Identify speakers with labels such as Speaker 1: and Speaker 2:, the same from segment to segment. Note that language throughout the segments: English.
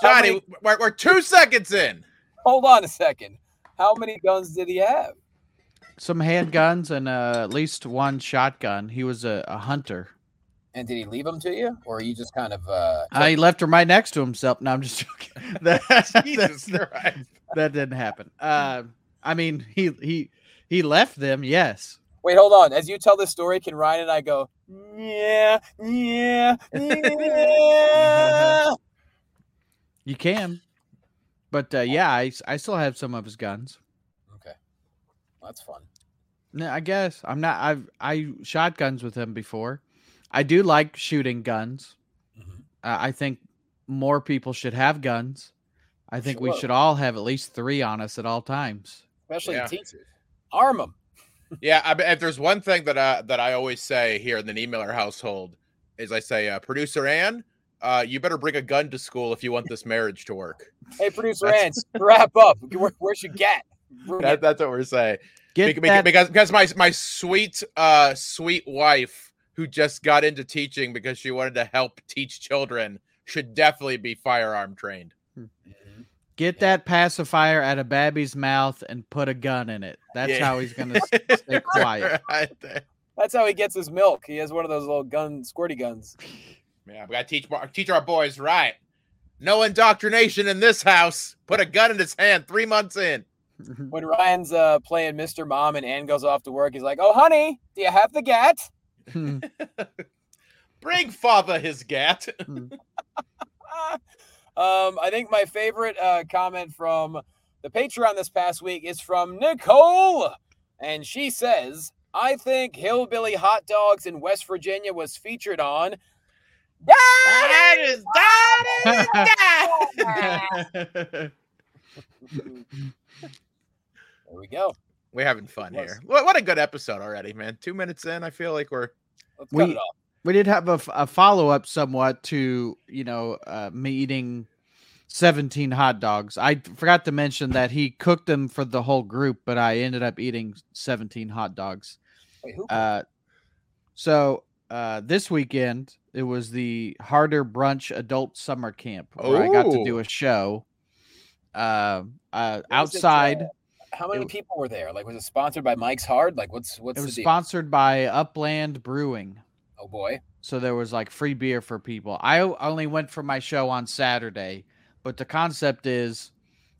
Speaker 1: Johnny, we're, we're two seconds in.
Speaker 2: Hold on a second. How many guns did he have?
Speaker 3: Some handguns and uh, at least one shotgun. He was a, a hunter.
Speaker 2: And did he leave them to you, or you just kind of? Uh,
Speaker 3: Uh, he left her right next to himself. No, I'm just joking. That,
Speaker 1: Jesus
Speaker 3: that's not-
Speaker 1: Christ.
Speaker 3: that didn't happen. Uh, I mean, he he he left them. Yes.
Speaker 2: Wait, hold on. As you tell this story, can Ryan and I go? Yeah, yeah, yeah.
Speaker 3: You can. But uh, yeah, I, s- I still have some of his guns.
Speaker 2: okay, that's fun.
Speaker 3: No, I guess I'm not. I've I shot guns with him before. I do like shooting guns.
Speaker 2: Mhm.
Speaker 3: Uh, I think more people should have guns. I think we
Speaker 2: Sure.
Speaker 3: should all have at least three on us at all times.
Speaker 2: Especially
Speaker 1: Yeah.
Speaker 2: teachers. Arm them.
Speaker 1: Yeah, I mean, if there's one thing that I that I always say here in the Emailer household is I say, uh, producer Ann, uh, you better bring a gun to school if you want this marriage to work.
Speaker 2: Hey, producer Ann,
Speaker 1: That's-
Speaker 2: wrap up. Where, where's your gat? Bring
Speaker 1: That,
Speaker 2: it.
Speaker 1: that's what we're saying.
Speaker 3: Get
Speaker 1: Bec- bec-
Speaker 3: that,
Speaker 1: because because my my sweet uh sweet wife who just got into teaching because she wanted to help teach children should definitely be firearm trained.
Speaker 2: Mhm.
Speaker 3: get that pacifier out of Babby's mouth and put a gun in it. That's
Speaker 1: Yeah.
Speaker 3: how he's gonna s- stay quiet.
Speaker 1: Right there.
Speaker 2: That's how he gets his milk. He has one of those little gun squirty guns.
Speaker 1: Yeah, we gotta teach mar- teach our boys right. No indoctrination in this house. Put a gun in his hand three months in.
Speaker 2: When Ryan's uh, playing Mr. Mom and Ann goes off to work, he's like, "Oh, honey, do you have the gat?"
Speaker 1: Bring father his gat.
Speaker 2: um, I think my favorite uh, comment from the Patreon this past week is from Nicole. And she says, I think Hillbilly Hot Dogs in West Virginia was featured on.
Speaker 1: That is- that is- that is-
Speaker 2: there we go.
Speaker 1: We're having fun
Speaker 2: Yes.
Speaker 1: here. What, what a good episode already, man. Two minutes in, I feel like we're
Speaker 2: Let's cut
Speaker 3: We-
Speaker 2: it off.
Speaker 3: we did have a, f- a follow up somewhat to you know uh, me eating 17 hot dogs i d- forgot to mention that he cooked them for the whole group but i ended up eating 17 hot dogs
Speaker 2: Wait, who?
Speaker 3: uh, so uh, this weekend it was the harder brunch adult summer camp where i got to do
Speaker 1: Ooh.
Speaker 3: a show uh,
Speaker 2: Oh. was
Speaker 3: uh,
Speaker 2: it, uh,
Speaker 3: outside
Speaker 2: How many
Speaker 3: it-
Speaker 2: people were there? Like, was it sponsored by Mike's Hard? Like, what's what's
Speaker 3: it
Speaker 2: the
Speaker 3: was
Speaker 2: deal?
Speaker 3: sponsored by upland brewing
Speaker 2: oh boy,
Speaker 3: so there was like free beer for people. I o- only went for my show on Saturday, but the concept is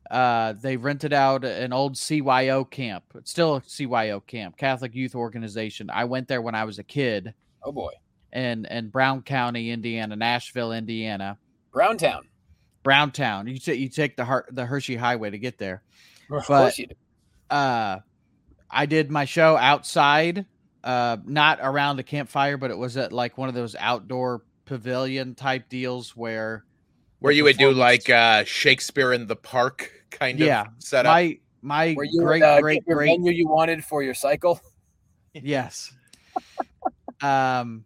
Speaker 3: uh, they rented out an old CYO camp. It's still a CYO camp, Catholic Youth Organization. I went there when I was a kid,
Speaker 2: oh boy,
Speaker 3: and in Brown County, Indiana, Nashville, Indiana,
Speaker 2: Browntown.
Speaker 3: Browntown. You ta- you take the Har- the Hershey Highway to get there
Speaker 2: Of
Speaker 3: But-
Speaker 2: course you do.
Speaker 3: uh I did my show outside, uh not around a campfire, but it was at like one of those outdoor pavilion type deals where
Speaker 1: where
Speaker 3: the
Speaker 1: you would do
Speaker 3: performance-
Speaker 1: like uh Shakespeare in the park kind
Speaker 3: Yeah,
Speaker 1: of setup.
Speaker 3: my my
Speaker 2: Were you
Speaker 3: great
Speaker 2: uh, get
Speaker 3: great
Speaker 2: your
Speaker 3: great
Speaker 2: menu you wanted for your cycle?
Speaker 3: yes. um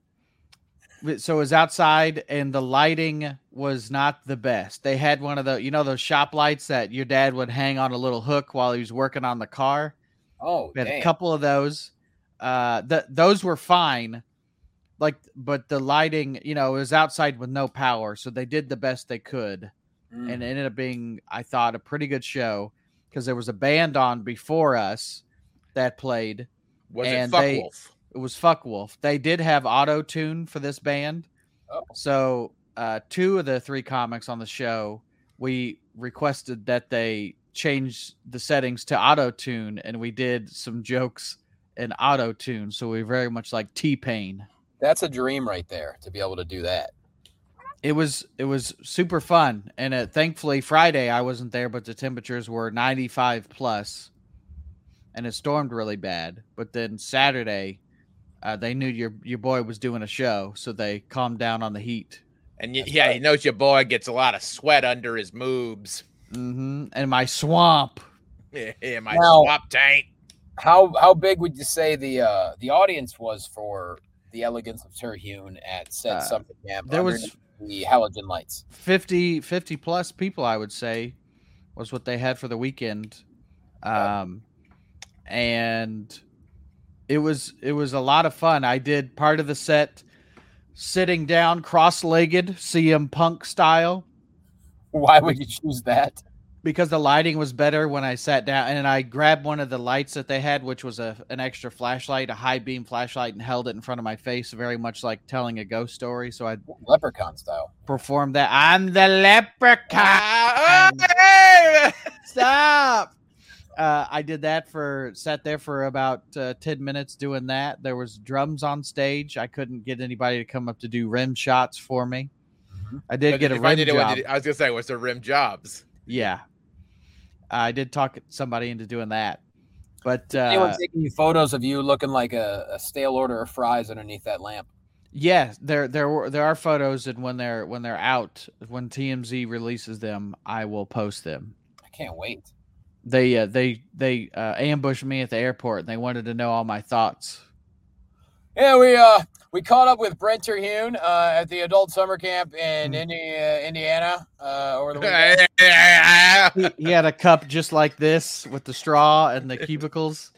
Speaker 3: w- so it was outside and the lighting was not the best. They had one of the you know those shop lights that your dad would hang on a little hook while he was working on the car.
Speaker 2: Oh,
Speaker 3: We had a
Speaker 2: damn.
Speaker 3: couple of those. Uh, th- those were fine. Like, but the lighting, you know, it was outside with no power, so they did the best they could,
Speaker 2: Mm.
Speaker 3: and it ended up being, I thought, a pretty good show because there was a band on before us that played.
Speaker 1: Was it
Speaker 3: and
Speaker 1: Fuck
Speaker 3: they-
Speaker 1: Wolf?
Speaker 3: It was Fuck Wolf. They did have auto tune for this band,
Speaker 2: Oh.
Speaker 3: so uh, two of the three comics on the show we requested that they change the settings to auto tune, and we did some jokes in auto tune. So we very much like T Pain.
Speaker 2: That's a dream right there to be able to do that.
Speaker 3: It was it was super fun, and uh, thankfully Friday I wasn't there, but the temperatures were ninety five plus, and it stormed really bad. But then Saturday. Uh, they knew your your boy was doing a show, so they calmed down on the heat.
Speaker 1: And y- yeah, he knows your boy gets a lot of sweat under his moobs.
Speaker 3: hmm And my swamp
Speaker 1: Yeah, yeah, my
Speaker 2: Now-
Speaker 1: swap tank.
Speaker 2: how how big would you say the uh the audience was for the elegance of Terhune at said
Speaker 3: Uh,
Speaker 2: summer camp?
Speaker 3: there was-
Speaker 2: underneath the halogen lights.
Speaker 3: 50 50 plus people i would say was what they had for the weekend um and it was it was a lot of fun i did part of the set sitting down cross-legged cm punk style
Speaker 2: Why would you choose that?
Speaker 3: because the lighting was better when I sat down and I grabbed one of the lights that they had, which was a an extra flashlight, a high beam flashlight, and held it in front of my face, very much like telling a ghost story. So I
Speaker 2: Leprechaun style.
Speaker 3: performed that. I'm the leprechaun.
Speaker 1: Ah, oh, hey!
Speaker 3: Stop. Uh, I did that for sat there for about uh, ten minutes doing that. There was drums on stage. I couldn't get anybody to come up to do rim shots for me.
Speaker 1: Mm-hmm.
Speaker 3: I did get a
Speaker 1: If I
Speaker 3: rim
Speaker 1: did it, what
Speaker 3: job.
Speaker 1: did it- I was gonna say, was the rim jobs?
Speaker 3: Yeah. I did talk somebody into doing that. But
Speaker 2: Anyone
Speaker 3: uh,
Speaker 2: taking photos of you looking like a, a stale order of fries underneath that lamp?
Speaker 3: yeah, there there were there are photos and when they're when they're out, when TMZ releases them, I will post them.
Speaker 2: I can't wait.
Speaker 3: They uh, they they uh, ambushed me at the airport and they wanted to know all my thoughts.
Speaker 2: Yeah, we uh we caught up with Brent Terhune uh, at the adult summer camp in
Speaker 1: Mm.
Speaker 3: Hmm.
Speaker 2: Indi- uh, Indiana uh, over the weekend.
Speaker 1: That's
Speaker 3: He, he had a cup just like this with the straw and the cubicles.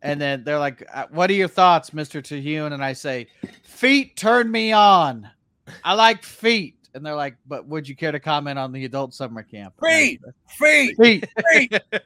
Speaker 3: And then they're like, "Uh, "What are your thoughts, Mister Terhune?" And I say, "Feet turn me on. I like feet." And they're like, "But would you care to comment on the adult summer camp?" And I
Speaker 2: Feet!
Speaker 3: said,
Speaker 2: Feet.
Speaker 3: feet,
Speaker 2: Feet!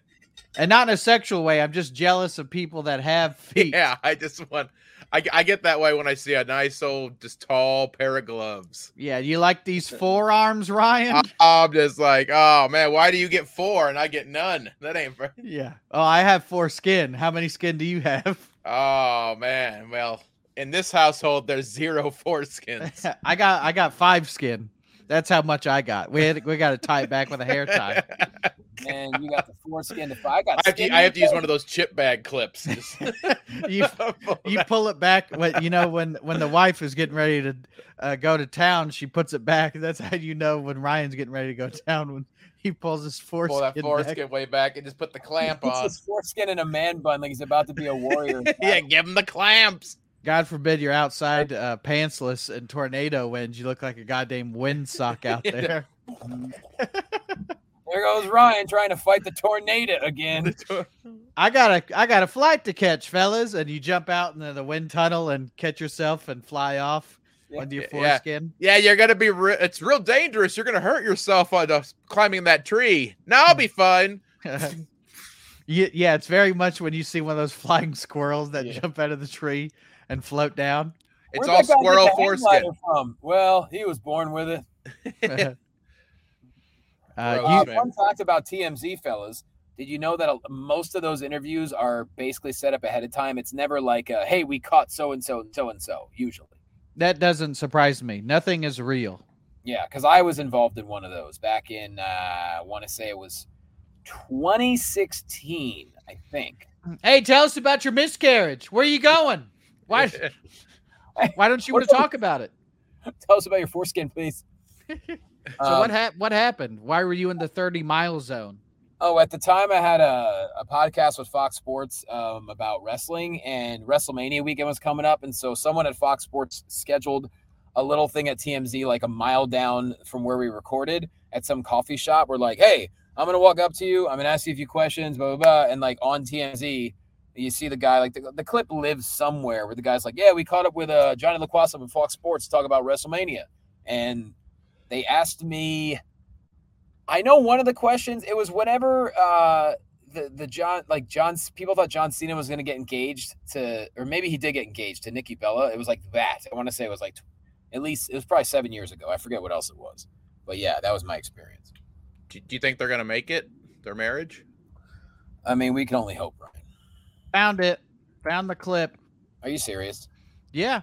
Speaker 3: and not in a sexual way. I'm just jealous of people that have feet.
Speaker 1: yeah, I just want. I, I get that way when I see a nice old, just tall pair of gloves.
Speaker 3: Yeah, you like these forearms, Ryan?
Speaker 2: Uh,
Speaker 1: I, I'm just like, oh man, why do you get four and I get none? That ain't. fair."
Speaker 3: yeah. Oh, I have four skin. How many skin do you have?
Speaker 1: Oh man, well, in this household, there's zero foreskins.
Speaker 3: I got I got five skin. That's how much I got. We had we got to tie it back with a hair tie.
Speaker 2: Man, you got the foreskin to fry. I got.
Speaker 1: I have, to, I have to use one of those chip bag clips. Just-
Speaker 3: You you pull it back when you know when when the wife is getting ready to uh, go to town. She puts it back. That's how you know when Ryan's getting ready to go to town when he pulls his foreskin.
Speaker 1: pull that
Speaker 3: back.
Speaker 1: foreskin way back and just put the clamp
Speaker 2: It's
Speaker 1: on.
Speaker 2: his foreskin in a man bun, like he's about to be a warrior.
Speaker 1: yeah, give him the clamps.
Speaker 3: God forbid you're outside uh, pantsless and tornado winds. You look like a goddamn windsock out
Speaker 1: Yeah.
Speaker 3: there.
Speaker 2: There goes Ryan trying to fight the tornado again.
Speaker 3: I got a I got a flight to catch, fellas, and you jump out into the wind tunnel and catch yourself and fly off
Speaker 2: Yeah.
Speaker 3: under your
Speaker 1: Yeah, yeah.
Speaker 3: foreskin.
Speaker 1: Yeah, you're gonna be. Re- it's real dangerous. You're gonna hurt yourself on us climbing that tree. No,
Speaker 2: Hmm.
Speaker 1: I'll be fine.
Speaker 3: Ye- yeah, it's very much when you see one of those flying squirrels that
Speaker 1: Yeah.
Speaker 3: jump out of the tree and float down.
Speaker 1: It's
Speaker 2: Where'd
Speaker 1: all
Speaker 2: that guy get
Speaker 1: squirrel
Speaker 2: the hang
Speaker 1: foreskin.
Speaker 2: glider From? Well, he was born with it.
Speaker 3: uh,
Speaker 2: Uh,
Speaker 1: Gross.
Speaker 3: you,
Speaker 1: man.
Speaker 2: fun fact about TMZ, fellas. Did you know that a- most of those interviews are basically set up ahead of time? It's never like, uh, "Hey, we caught so and so and so and so." Usually,
Speaker 3: that doesn't surprise me. Nothing is real.
Speaker 2: yeah, because I was involved in one of those back in uh, I want to say it was 2016, I think.
Speaker 3: Hey, tell us about your miscarriage. Where are you going? Why why don't you want to talk about it?
Speaker 2: Tell us about your foreskin, please.
Speaker 3: So
Speaker 2: Um,
Speaker 3: what hap- what happened? Why were you in the 30 mile zone?
Speaker 2: Oh, at the time I had a, a podcast with Fox Sports um, about wrestling, and WrestleMania weekend was coming up. And so someone at Fox Sports scheduled a little thing at TMZ, like a mile down from where we recorded at some coffee shop. We're like, hey, I'm going to walk up to you. I'm going to ask you a few questions, blah, blah, blah. And like on TMZ, you see the guy, like the, the clip lives somewhere where the guy's like, yeah, we caught up with uh, Johnny LaQuasa from Fox Sports to talk about WrestleMania. And they asked me. I know one of the questions. It was whenever uh, the the John like John's people thought John Cena was going to get engaged to, or maybe he did get engaged to Nikki Bella. It was like that. I want to say it was like tw- at least it was probably seven years ago. I forget what else it was, but yeah, that was my experience.
Speaker 1: do, do you think they're gonna make it? Their marriage?
Speaker 2: I mean, we can only hope, Ryan.
Speaker 3: Found it. Found the clip.
Speaker 2: Are you serious?
Speaker 3: Yeah.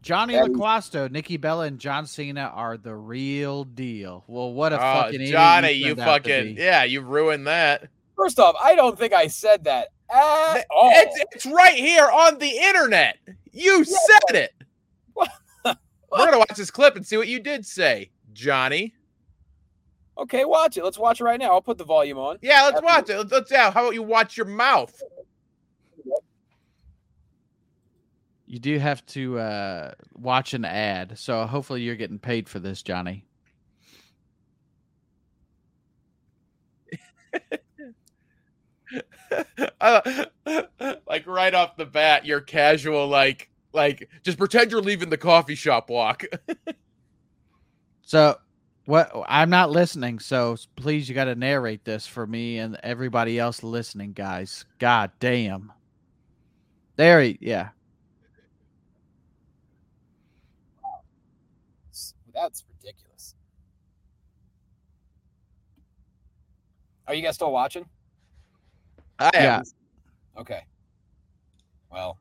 Speaker 3: Johnny
Speaker 2: That is-
Speaker 3: LaQuasto, Nikki Bella, and John Cena are the real deal. Well, what a
Speaker 1: Oh,
Speaker 3: fucking idiot
Speaker 1: Johnny, you
Speaker 3: turned out to
Speaker 1: fucking
Speaker 3: be.
Speaker 1: yeah, you ruined that.
Speaker 2: First off, I don't think I said that at
Speaker 1: Th-
Speaker 2: all.
Speaker 1: It's, it's right here on the internet. You said it.
Speaker 2: What?
Speaker 1: We're gonna watch this clip and see what you did say, Johnny.
Speaker 2: okay, watch it. Let's watch it right now. I'll put the volume on.
Speaker 1: Yeah, let's watch it. Let's, let's yeah, how about you watch your mouth?
Speaker 3: You do have to uh, watch an ad, so hopefully you're getting paid for this, Johnny.
Speaker 1: Uh, like right off the bat, your casual like like just pretend you're leaving the coffee shop walk.
Speaker 3: So What I'm not listening, so please, you got to narrate this for me and everybody else listening, guys. God damn. There, he, yeah.
Speaker 2: S- That's ridiculous. Are you guys still watching?
Speaker 1: I
Speaker 3: Yeah.
Speaker 1: haven't
Speaker 2: Okay. Well,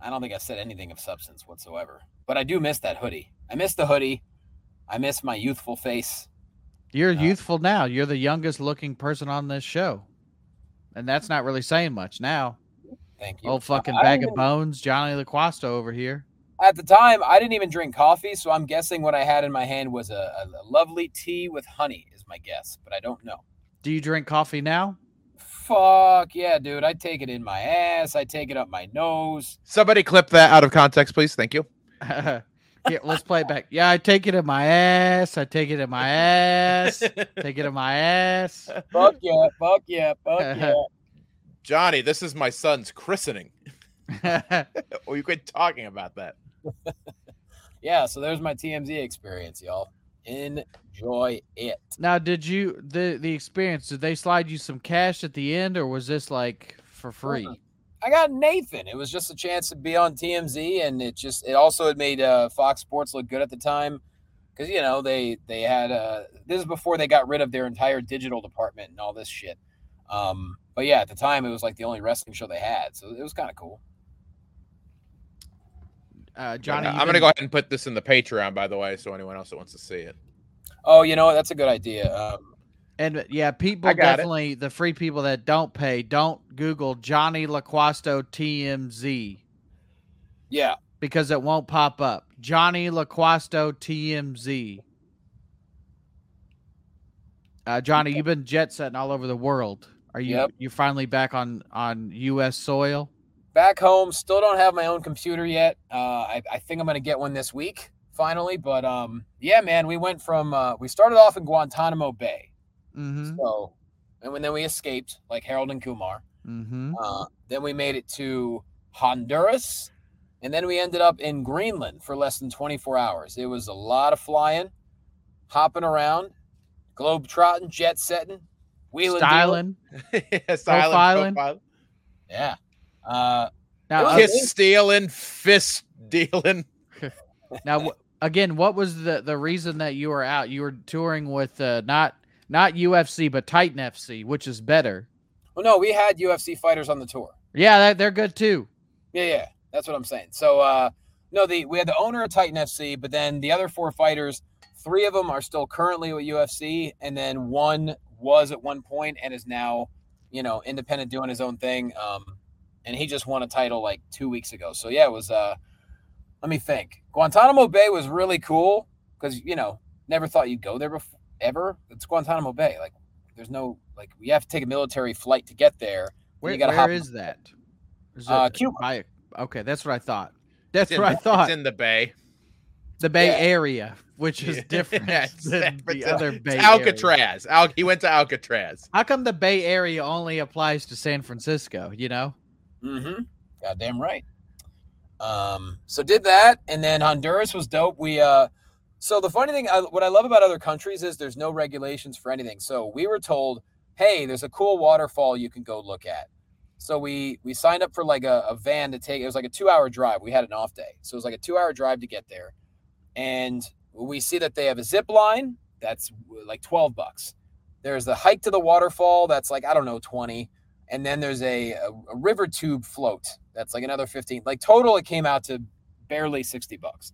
Speaker 2: I don't think I said anything of substance whatsoever, but I do miss that hoodie. I miss the hoodie. I miss my youthful face.
Speaker 3: You're
Speaker 2: Uh,
Speaker 3: youthful now. You're the youngest looking person on this show. And that's not really saying much now.
Speaker 2: Thank you.
Speaker 3: Old Oh, fucking
Speaker 2: I- I
Speaker 3: bag
Speaker 2: don't
Speaker 3: of bones, Johnny LaQuasta over here.
Speaker 2: At the time, I didn't even drink coffee, so I'm guessing what I had in my hand was a, a- a lovely tea with honey, is my guess, but I don't know.
Speaker 3: Do you drink coffee now?
Speaker 2: Fuck yeah, dude. I take it in my ass. I take it up my nose.
Speaker 1: Somebody clip that out of context, please. Thank you.
Speaker 3: yeah, let's play it back. Yeah, I take it in my ass. I take it in my ass. take it in my ass.
Speaker 2: Fuck yeah. Fuck yeah. Fuck yeah.
Speaker 1: Johnny, this is my son's christening. Oh, you quit talking about that.
Speaker 2: Yeah, so there's my TMZ experience, y'all. Enjoy it.
Speaker 3: now, did you the the experience? Did they slide you some cash at the end, or was this like for free?
Speaker 2: I got Nathan. It was just a chance to be on TMZ, and it just it also had made uh, Fox Sports look good at the time because you know they they had uh, this is before they got rid of their entire digital department and all this shit. Um, but yeah, at the time it was like the only wrestling show they had, so it was kind of cool.
Speaker 3: Uh, Johnny,
Speaker 1: I'm
Speaker 3: you
Speaker 1: gonna
Speaker 3: been-
Speaker 1: go ahead and put this in the Patreon, by the way, so anyone else that wants to see it.
Speaker 2: Oh, you know what? That's a good idea. Um,
Speaker 3: And yeah, people
Speaker 1: I got it.
Speaker 3: definitely the free people that don't pay don't Google Johnny LaQuasto TMZ
Speaker 2: yeah,
Speaker 3: because it won't pop up. Johnny LaQuasto TMZ. Uh, Johnny, you've been jet setting all over the world. Are you
Speaker 2: Yep.
Speaker 3: you finally back on on U.S. soil?
Speaker 2: back home, still don't have my own computer yet. Uh, I, I think I'm gonna get one this week finally. But um, yeah, man, we went from uh, we started off in Guantanamo Bay.
Speaker 3: Mm-hmm.
Speaker 2: So, and when, then we escaped, like Harold and Kumar.
Speaker 3: Mm-hmm.
Speaker 2: Uh, then we made it to Honduras, and then we ended up in Greenland for less than 24 hours. It was a lot of flying, hopping around, globe trotting, jet setting, wheeling, dealing.
Speaker 3: Styling. Profiling.
Speaker 1: Silent profile.
Speaker 2: Yeah. Uh,
Speaker 3: Now,
Speaker 2: It was-
Speaker 3: uh,
Speaker 1: Kiss stealing, fist dealing.
Speaker 3: now wh- again, what was the the reason that you were out? You were touring with uh, not not UFC but Titan FC, which is better.
Speaker 2: well, no, we had UFC fighters on the tour.
Speaker 3: Yeah, that, they're good too.
Speaker 2: Yeah, yeah, that's what I'm saying. So, uh, no, the we had the owner of Titan FC, but then the other four fighters, three of them are still currently with UFC, and then one was at one point and is now, you know, independent doing his own thing. Um, and he just won a title like two weeks ago. So yeah, it was. Uh, let me think. Guantanamo Bay was really cool because you know never thought you'd go there before ever. It's Guantanamo Bay. Like, there's no like we have to take a military flight to get there.
Speaker 3: Where,
Speaker 2: gotta hop
Speaker 3: where
Speaker 2: in
Speaker 3: is that? Is
Speaker 2: Uh,
Speaker 3: it
Speaker 2: Cuba.
Speaker 3: by- okay, that's what I thought. That's
Speaker 1: It's in-
Speaker 3: what I thought.
Speaker 1: It's in the bay.
Speaker 3: the Bay
Speaker 2: Yeah.
Speaker 3: Area, which is
Speaker 1: Yeah,
Speaker 3: different
Speaker 1: it's
Speaker 3: than the
Speaker 1: different.
Speaker 3: other Bay
Speaker 1: It's
Speaker 3: Area.
Speaker 1: Alcatraz. Al- he went to Alcatraz.
Speaker 3: How come the Bay Area only applies to San Francisco? You know,
Speaker 2: Mm-hmm. Goddamn right. Um, so did that, and then Honduras was dope. We uh, so the funny thing, I, what I love about other countries is there's no regulations for anything. So we were told, hey, there's a cool waterfall you can go look at. So we we signed up for like a, a van to take. It was like a two hour drive. We had an off day, so it was like a two hour drive to get there, and we see that they have a zip line. That's like twelve bucks. There's the hike to the waterfall. That's like I don't know twenty and then there's a, a, a river tube float that's like another 15 like total it came out to barely 60 bucks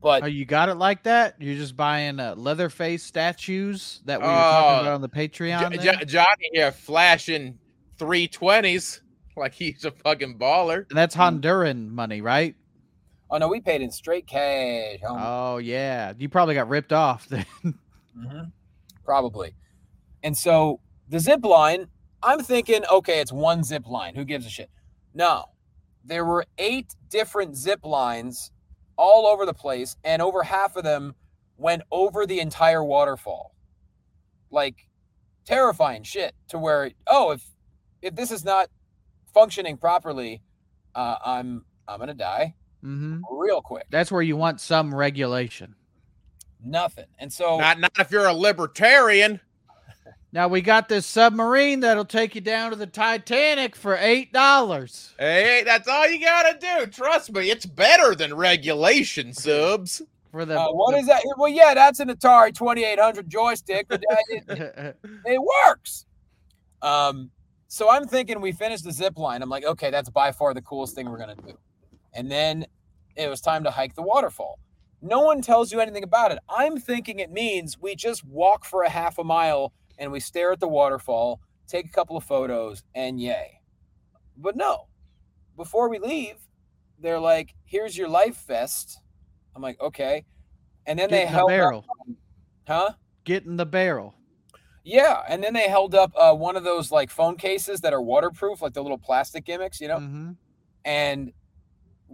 Speaker 2: but
Speaker 3: oh, you got it like that. You're just buying uh, Leatherface statues that we were
Speaker 1: Oh,
Speaker 3: talking about on the Patreon.
Speaker 1: Jo-
Speaker 3: there?
Speaker 1: Jo- Johnny here flashing 320s like he's a fucking baller.
Speaker 3: And that's
Speaker 2: mm-hmm.
Speaker 3: Honduran money, right?
Speaker 2: oh no we paid in straight cash homie.
Speaker 3: Oh yeah, you probably got ripped off. then.
Speaker 2: Mhm. probably and so the zip line i'm thinking okay it's one zip line who gives a shit no there were eight different zip lines all over the place and over half of them went over the entire waterfall like terrifying shit to where oh if if this is not functioning properly uh, i'm i'm gonna die
Speaker 3: hmm
Speaker 2: real quick
Speaker 3: That's where you want some regulation.
Speaker 2: Nothing. And so
Speaker 1: Not not if you're a libertarian.
Speaker 3: Now we got this submarine that'll take you down to the Titanic for eight dollars.
Speaker 1: Hey, that's all you gotta do. Trust me, it's better than regulation subs.
Speaker 3: For the
Speaker 2: uh, what is that? Well, yeah, that's an Atari 2800 joystick. But that- it,
Speaker 3: that?
Speaker 2: it works. Um, so I'm thinking we finished the zip line. I'm like, okay, that's by far the coolest thing we're gonna do. And then it was time to hike the waterfall. No one tells you anything about it. I'm thinking it means we just walk for a half a mile and we stare at the waterfall, take a couple of photos, and yay. But no, before we leave, they're like, here's your life vest. I'm like, okay. And then they
Speaker 3: Get in the
Speaker 2: held up,
Speaker 3: barrel.
Speaker 2: huh?
Speaker 3: Get in the barrel.
Speaker 2: Yeah, and then they held up uh, one of those like phone cases that are waterproof, like the little plastic gimmicks, you know.
Speaker 3: Mhm.
Speaker 2: And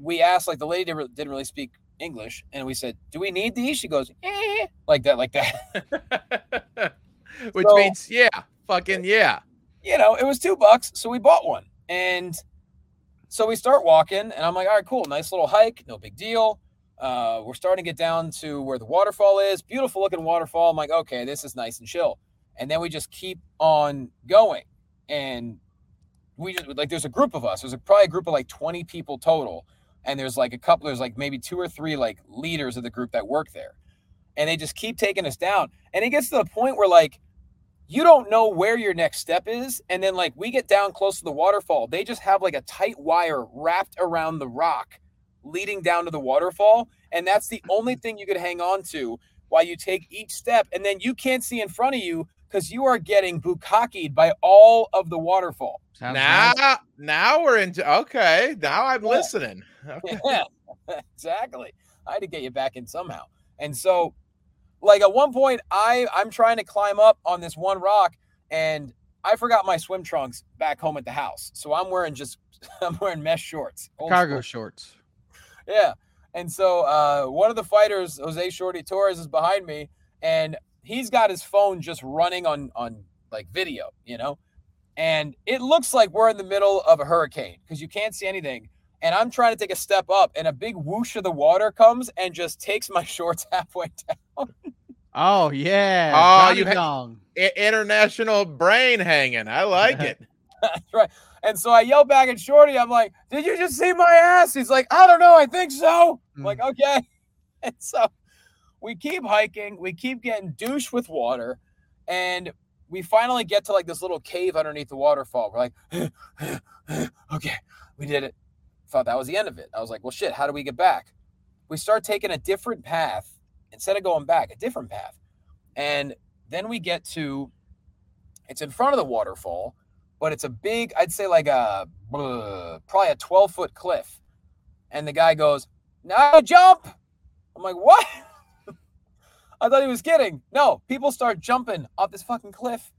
Speaker 2: we asked, like, the lady didn't re- didn't really speak English, and we said, "Do we need these?" She goes, "Eh," like that, like that.
Speaker 1: Which
Speaker 2: So-
Speaker 1: means yeah, fucking yeah.
Speaker 2: you know, it was two bucks, so we bought one. And so we start walking, and I'm like, all right, cool, nice little hike, no big deal. Uh, we're starting to get down to where the waterfall is, beautiful looking waterfall. I'm like, okay, this is nice and chill. And then we just keep on going, and we just like there's a group of us. There's a, probably a group of like 20 people total, and there's like a couple. There's like maybe two or three like leaders of the group that work there, and they just keep taking us down. And it gets to the point where like you don't know where your next step is. And then, like, we get down close to the waterfall. They just have like a tight wire wrapped around the rock leading down to the waterfall. And that's the only thing you could hang on to while you take each step. And then you can't see in front of you because you are getting bukakied by all of the waterfall.
Speaker 3: Sounds
Speaker 1: now
Speaker 3: nice.
Speaker 1: now we're into okay. Now I'm
Speaker 2: Yeah.
Speaker 1: listening. Okay.
Speaker 2: yeah, exactly. I had to get you back in somehow. And so, like at one point, I I'm trying to climb up on this one rock, and I forgot my swim trunks back home at the house. So I'm wearing just I'm wearing mesh shorts, old
Speaker 3: Cargo
Speaker 2: school.
Speaker 3: shorts.
Speaker 2: Yeah. And so uh, one of the fighters, Jose Shorty Torres, is behind me, and he's got his phone just running on on like video, you know. And it looks like we're in the middle of a hurricane because you can't see anything. And I'm trying to take a step up, and a big whoosh of the water comes and just takes my shorts halfway down.
Speaker 3: Oh yeah.
Speaker 1: Oh, you ha-
Speaker 3: Johnny Dong.
Speaker 1: I- international brain hanging. I like it.
Speaker 2: And so I yell back at Shorty, I'm like, Did you just see my ass? He's like, I don't know, I think so.
Speaker 3: Mm.
Speaker 2: I'm like, okay. And so we keep hiking, we keep getting douche with water, and we finally get to like this little cave underneath the waterfall. We're like, okay, we did it. Thought that was the end of it. I was like, well, shit, how do we get back? We start taking a different path instead of going back, a different path. And then we get to, it's in front of the waterfall, but it's a big, I'd say like a, uh, probably a 12 foot cliff. And the guy goes, now jump. I'm like, what? I thought he was kidding. No, people start jumping off this fucking cliff.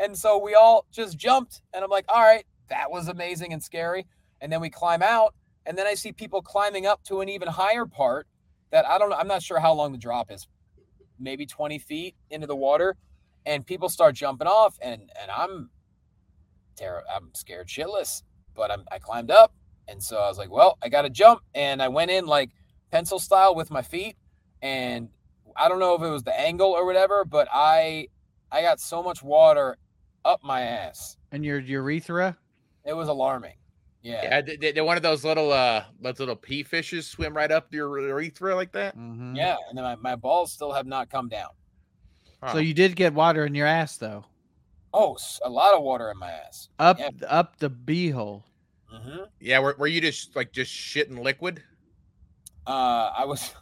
Speaker 2: And so we all just jumped. And I'm like, all right, that was amazing and scary. And then we climb out. And then I see people climbing up to an even higher part that I don't know. I'm not sure how long the drop is, maybe 20 feet into the water. And people start jumping off. And, and I'm terror, I'm scared shitless. But I'm, I climbed up. And so I was like, well, I got to jump. And I went in like pencil style with my feet. And I don't know if it was the angle or whatever, but I I got so much water up my ass.
Speaker 3: Mm. And your urethra.
Speaker 2: It was alarming. Yeah.
Speaker 1: Yeah, did, did one of those little uh those little pea fishes swim right up your urethra like that?
Speaker 3: Mhm.
Speaker 2: Yeah. And then my, my balls still have not come down.
Speaker 1: Huh.
Speaker 3: So you did get water in your ass though.
Speaker 2: Oh, s- a lot of water in my ass.
Speaker 3: Up
Speaker 2: Yeah.
Speaker 3: up the beehole.
Speaker 2: Mm-hmm.
Speaker 1: yeah, were, were you just like just shitting liquid?
Speaker 2: Uh, I was,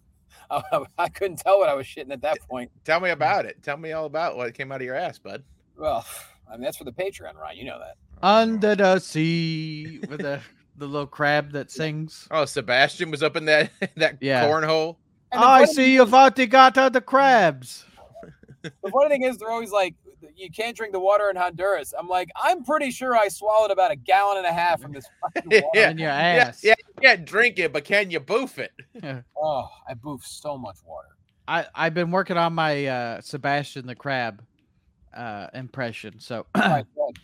Speaker 2: I, I couldn't tell what I was shitting at that point.
Speaker 1: Tell
Speaker 3: Mm.
Speaker 1: me about it. Tell me all about what came out of your ass, bud.
Speaker 2: Well, I mean, that's for the Patreon, Ryan. You know that.
Speaker 3: Under the sea with the the little crab that sings.
Speaker 1: Oh, Sebastian was up in that that
Speaker 3: Yeah.
Speaker 1: cornhole.
Speaker 2: And the
Speaker 3: I
Speaker 2: funny-
Speaker 3: see you've already got the crabs.
Speaker 2: The funny thing is, they're always like, you can't drink the water in Honduras. I'm like, I'm pretty sure I swallowed about a gallon and a half from this fucking water.
Speaker 1: Yeah.
Speaker 3: In your
Speaker 1: Yeah,
Speaker 3: ass.
Speaker 1: yeah, yeah. Drink it, but can you boof it?
Speaker 2: Oh, I boofed so much water.
Speaker 3: I I've been working on my uh, Sebastian the Crab uh, impression. So
Speaker 2: Oh, my God.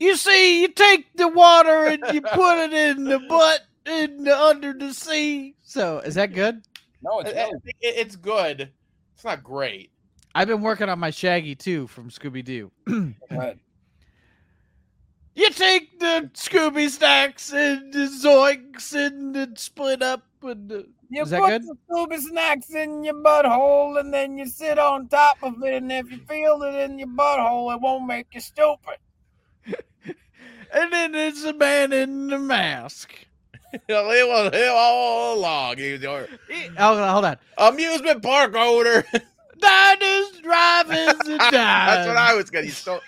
Speaker 3: you see, you take the water and you put it in the butt in the under the sea. So is that good?
Speaker 2: No, it's
Speaker 1: It-
Speaker 3: uh,
Speaker 2: good.
Speaker 1: it- it's good. It's not great.
Speaker 3: I've been working on my Shaggy too from Scooby Doo.
Speaker 2: But
Speaker 3: You take the Scooby snacks and the zoinks and the split up and the...
Speaker 2: you
Speaker 3: Is that
Speaker 2: put
Speaker 3: good?
Speaker 2: the scuba snacks in your butthole and then you sit on top of it. And if you feel it in your butthole, it won't make you stupid.
Speaker 3: and then there's the man in the mask.
Speaker 1: it was him all along. He was your
Speaker 3: Eh, Hold on, hold on.
Speaker 1: amusement park owner.
Speaker 3: Diners, drivers, and dimes.
Speaker 1: That's what I was gonna. You stole.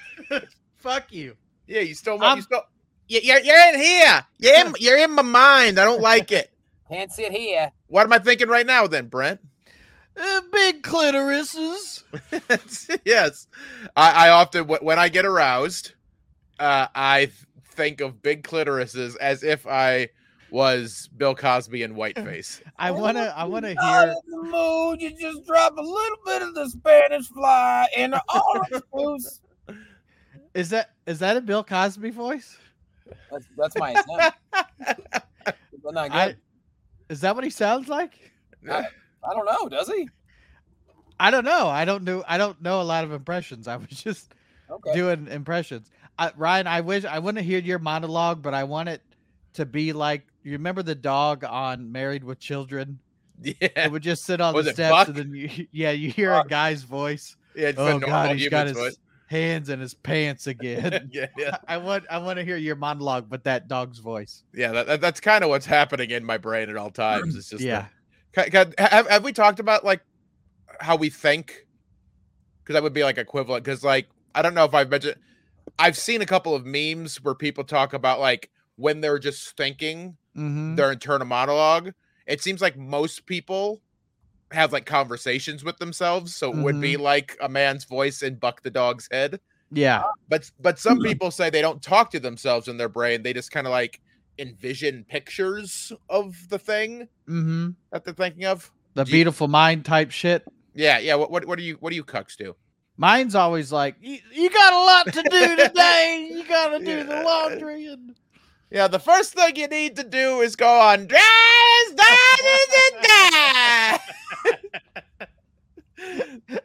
Speaker 3: Fuck you.
Speaker 1: Yeah, you stole my.
Speaker 3: I'm-
Speaker 1: You stole. Yeah, you're, you're in here. You're in, you're in my mind. I don't like it.
Speaker 2: Can't sit here.
Speaker 1: What am I thinking right now, then, Brent?
Speaker 3: Uh, big clitorises.
Speaker 1: yes, I, I often wh- when I get aroused, uh, I th- think of big clitorises as if I was Bill Cosby in whiteface.
Speaker 3: I wanna, I wanna
Speaker 2: Not
Speaker 3: hear.
Speaker 2: in the mood. You just drop a little bit of the Spanish fly in all the juice.
Speaker 3: Is that is that a Bill Cosby voice?
Speaker 2: That's, that's my attempt. But not good.
Speaker 3: I,
Speaker 2: I,
Speaker 3: is that what he sounds like?
Speaker 2: don't know. Does he?
Speaker 3: I don't know. I don't do. I don't know a lot of impressions. I was just
Speaker 2: Okay.
Speaker 3: doing impressions. I, Ryan, I wish I want to hear your monologue, but I want it to be like you remember the dog on Married with Children.
Speaker 1: yeah,
Speaker 3: It would just sit on
Speaker 1: Was
Speaker 3: the
Speaker 1: it
Speaker 3: steps,
Speaker 1: Buck?
Speaker 3: and then you, yeah, you hear a guy's voice.
Speaker 1: yeah, it's
Speaker 3: oh
Speaker 1: a normal
Speaker 3: God, he's got
Speaker 1: human's voice.
Speaker 3: his hands in his pants again.
Speaker 1: yeah, yeah,
Speaker 3: I want I want to hear your monologue, but that dog's voice.
Speaker 1: yeah. That, that- that's kind of what's happening in my brain at all times. It's just the-
Speaker 3: yeah.
Speaker 1: Ca- ca- have, have we talked about like how we think? Because that would be like equivalent. Because like I don't know if I've mentioned. I've seen a couple of memes where people talk about like when they're just thinking
Speaker 3: Mhm.
Speaker 1: their internal monologue. It seems like most people have like conversations with themselves, so it would be
Speaker 3: Mm-hmm.
Speaker 1: like a man's voice in Buck the dog's head.
Speaker 3: Yeah.
Speaker 1: But but some
Speaker 3: Hmm.
Speaker 1: people say they don't talk to themselves in their brain; they just kind of like envision pictures of the thing
Speaker 3: Mm-hmm.
Speaker 1: that they're thinking of.
Speaker 3: The
Speaker 1: Do you-
Speaker 3: beautiful mind type shit.
Speaker 1: Yeah, yeah. What what what do you what do you cucks do?
Speaker 3: Mine's always like, you, you got a lot to do today. You gotta do the
Speaker 1: Yeah.
Speaker 3: laundry and
Speaker 1: Yeah, the first thing you need to do is go on dress,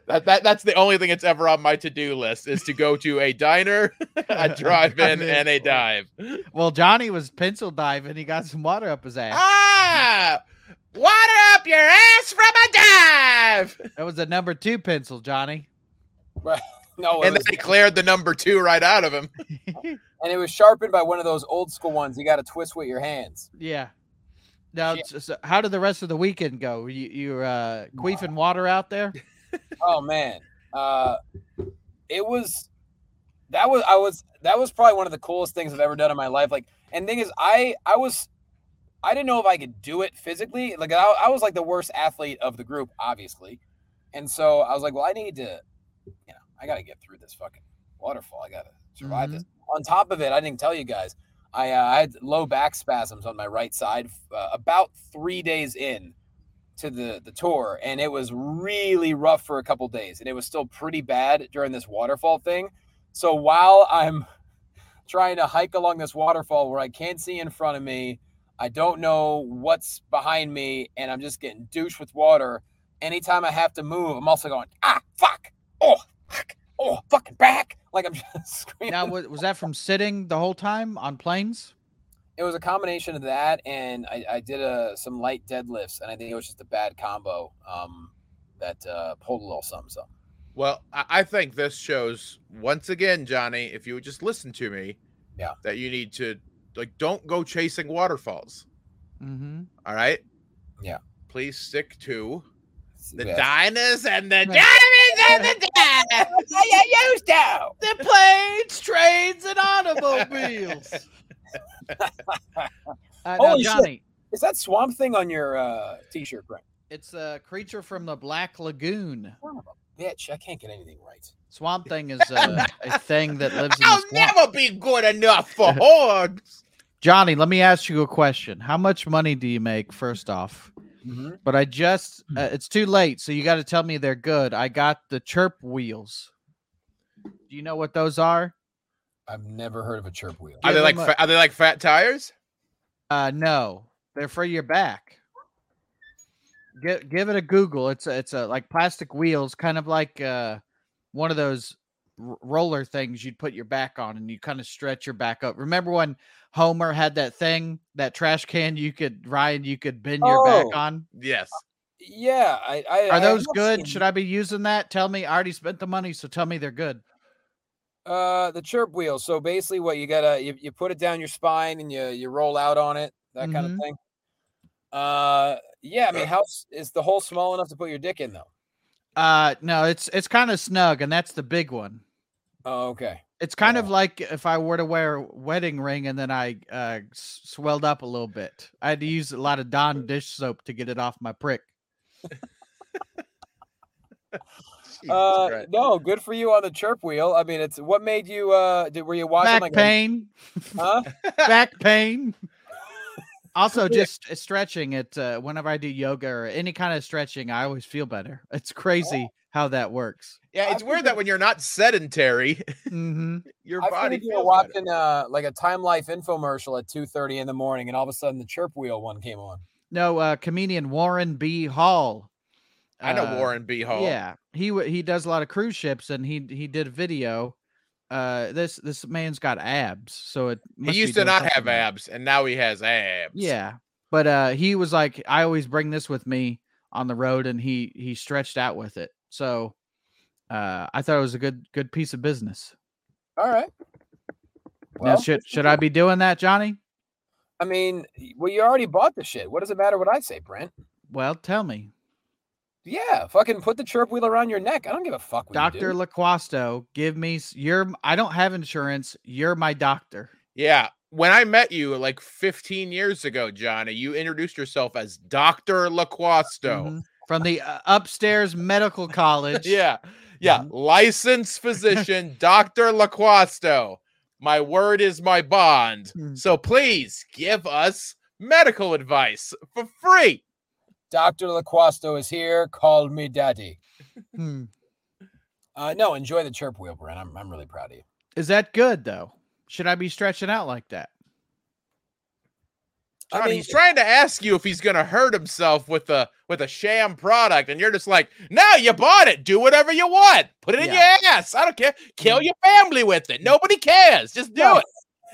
Speaker 1: that, that that's the only thing that's ever on my to-do list is to go to a diner, a drive-in,
Speaker 3: drive-in.
Speaker 1: and a dive.
Speaker 3: well, Johnny was pencil diving. He got some water up his ass.
Speaker 1: Ah, water up your ass from a dive,
Speaker 3: That was the number two pencil, Johnny.
Speaker 2: No, it
Speaker 1: and
Speaker 2: was,
Speaker 1: then they cleared the number two right out of him.
Speaker 2: and it was sharpened by one of those old school ones. You got to twist with your hands.
Speaker 3: yeah. Now,
Speaker 2: Shit.
Speaker 3: so- so how did the rest of the weekend go? You you were, uh, queefing water out there?
Speaker 2: Oh man, uh, it was that was I was that was probably one of the coolest things I've ever done in my life. Like, and thing is, I I was I didn't know if I could do it physically. Like, I, I was like the worst athlete of the group, obviously, and so I was like, well, I need to, you know, I got to get through this fucking waterfall. I got to survive this. On top of it, I didn't tell you guys. I, uh, I had low back spasms on my right side uh, about three days in to the the tour and it was really rough for a couple days and it was still pretty bad during this waterfall thing so while i'm trying to hike along this waterfall where i can't see in front of me i don't know what's behind me and i'm just getting douched with water anytime i have to move i'm also going ah fuck oh fuck oh fucking back like i'm just screaming
Speaker 3: Now, was, was that from sitting the whole time on planes?
Speaker 2: it was a combination of that and I, I did a, some light deadlifts and I think it was just a bad combo um, that uh, pulled a little something. something.
Speaker 1: Well, I, I think this shows once again, Johnny, if you would just listen to me,
Speaker 2: Yeah.
Speaker 1: that you need to like don't go chasing waterfalls.
Speaker 3: Mm-hmm.
Speaker 1: All right.
Speaker 2: Yeah.
Speaker 1: Please stick to the
Speaker 2: Yeah.
Speaker 1: diners and the
Speaker 3: Right.
Speaker 1: diners and the diners.
Speaker 2: Yeah, yeah, yeah, used to.
Speaker 3: The planes, trains, and automobiles. uh, now,
Speaker 2: Holy shit.
Speaker 3: Johnny,
Speaker 2: Is that swamp thing on your uh, t-shirt, Brent?
Speaker 3: it's a creature from the Black Lagoon.
Speaker 2: Son of a bitch, I can't get anything right.
Speaker 3: Swamp thing is a, a thing that lives in the
Speaker 1: I'll
Speaker 3: swamp.
Speaker 1: never be good enough for hordes.
Speaker 3: Johnny, let me ask you a question. How much money do you make, first off? But I just, uh, it's too late, so you got to tell me they're good. I got the chirp wheels. Do you know what those are?
Speaker 2: I've never heard of a chirp wheel.
Speaker 1: Are
Speaker 3: Give
Speaker 1: they like
Speaker 3: them a-
Speaker 1: fa- are they like fat tires?
Speaker 3: Uh, no, they're for your back. give, give it a Google. It's a, it's a like plastic wheels, kind of like uh, one of those r- roller things you'd put your back on and you kind of stretch your back up. Remember when Homer had that thing, that trash can you could Ryan, you could bend your
Speaker 2: Oh.
Speaker 3: back on?
Speaker 1: Yes.
Speaker 2: Yeah, I, I
Speaker 3: Are those good? Should I be using that? Tell me. I already spent the money, so tell me they're good.
Speaker 2: Uh, the chirp wheel. So basically, what you gotta you, you put it down your spine and you you roll out on it, that kind of
Speaker 3: Mhm.
Speaker 2: thing. Uh, yeah. I mean, how s- is the hole small enough to put your dick in though?
Speaker 3: Uh, no, it's it's kind of snug, and that's the big one.
Speaker 2: Oh, okay.
Speaker 3: It's kind of
Speaker 2: Yeah.
Speaker 3: like if I were to wear a wedding ring and then I uh, s- swelled up a little bit. I had to use a lot of Dawn dish soap to get it off my prick.
Speaker 1: Jesus
Speaker 2: Uh,
Speaker 1: Christ.
Speaker 2: no, good for you on the chirp wheel. I mean, it's what made you uh, did, were you watching
Speaker 3: Back
Speaker 2: like a-
Speaker 3: pain,
Speaker 2: huh?
Speaker 3: back pain. Also, just s- stretching it. Uh, whenever I do yoga or any kind of stretching, I always feel better. It's
Speaker 2: Oh.
Speaker 3: crazy how that works.
Speaker 1: yeah,
Speaker 2: I
Speaker 1: it's weird
Speaker 2: figured-
Speaker 1: that when you're not sedentary,
Speaker 3: hmm
Speaker 1: your
Speaker 2: I
Speaker 1: body
Speaker 2: figured you were
Speaker 1: feels better.
Speaker 2: watching uh like a Time Life infomercial at two thirty in the morning, and all of a sudden the chirp wheel one came on.
Speaker 3: No, uh, comedian Warren B. Hall.
Speaker 1: I know
Speaker 3: uh,
Speaker 1: Warren B. Hall.
Speaker 3: Yeah, he wa- he does a lot of cruise ships, and he he did a video. Uh, this this man's got abs, so it must
Speaker 1: He
Speaker 3: be
Speaker 1: used to
Speaker 3: doing
Speaker 1: not have
Speaker 3: something right.
Speaker 1: abs, and now he has abs.
Speaker 3: Yeah, but uh, he was like, I always bring this with me on the road, and he he stretched out with it. So, uh, I thought it was a good good piece of business.
Speaker 2: All right.
Speaker 3: now, should should I be doing that, Johnny?
Speaker 2: I mean, y- well, you already bought the shit. What does it matter what I say, Brent?
Speaker 3: Well, tell me,
Speaker 2: Yeah, fucking put the chirp wheel around your neck. I don't give a fuck. What
Speaker 3: Doctor Laquasto, give me s- your. m- I don't have insurance. You're my doctor.
Speaker 1: Yeah. When I met you like 15 years ago, Johnny, you introduced yourself as Dr. LaQuasto.
Speaker 3: Mhm. From the uh, upstairs medical college.
Speaker 1: Yeah. Yeah. Licensed physician, Dr. LaQuasto. My word is my bond.
Speaker 3: Hmm.
Speaker 1: So please give us medical advice for free.
Speaker 2: Doctor Laquasto is here. Call me daddy.
Speaker 3: Hmm.
Speaker 2: Uh, no, enjoy the chirp wheel, Brent. I'm, I'm really proud of you.
Speaker 3: Is that good though? Should I be stretching out like that?
Speaker 2: I
Speaker 1: Johnny,
Speaker 2: mean-
Speaker 1: he's trying to ask you if he's gonna hurt himself with a with a sham product, and you're just like, no, you bought it. Do whatever you want. Put it in
Speaker 3: Yeah.
Speaker 1: your ass. I don't care. Kill your family with it. Nobody cares. Just do
Speaker 2: Yeah.
Speaker 1: it.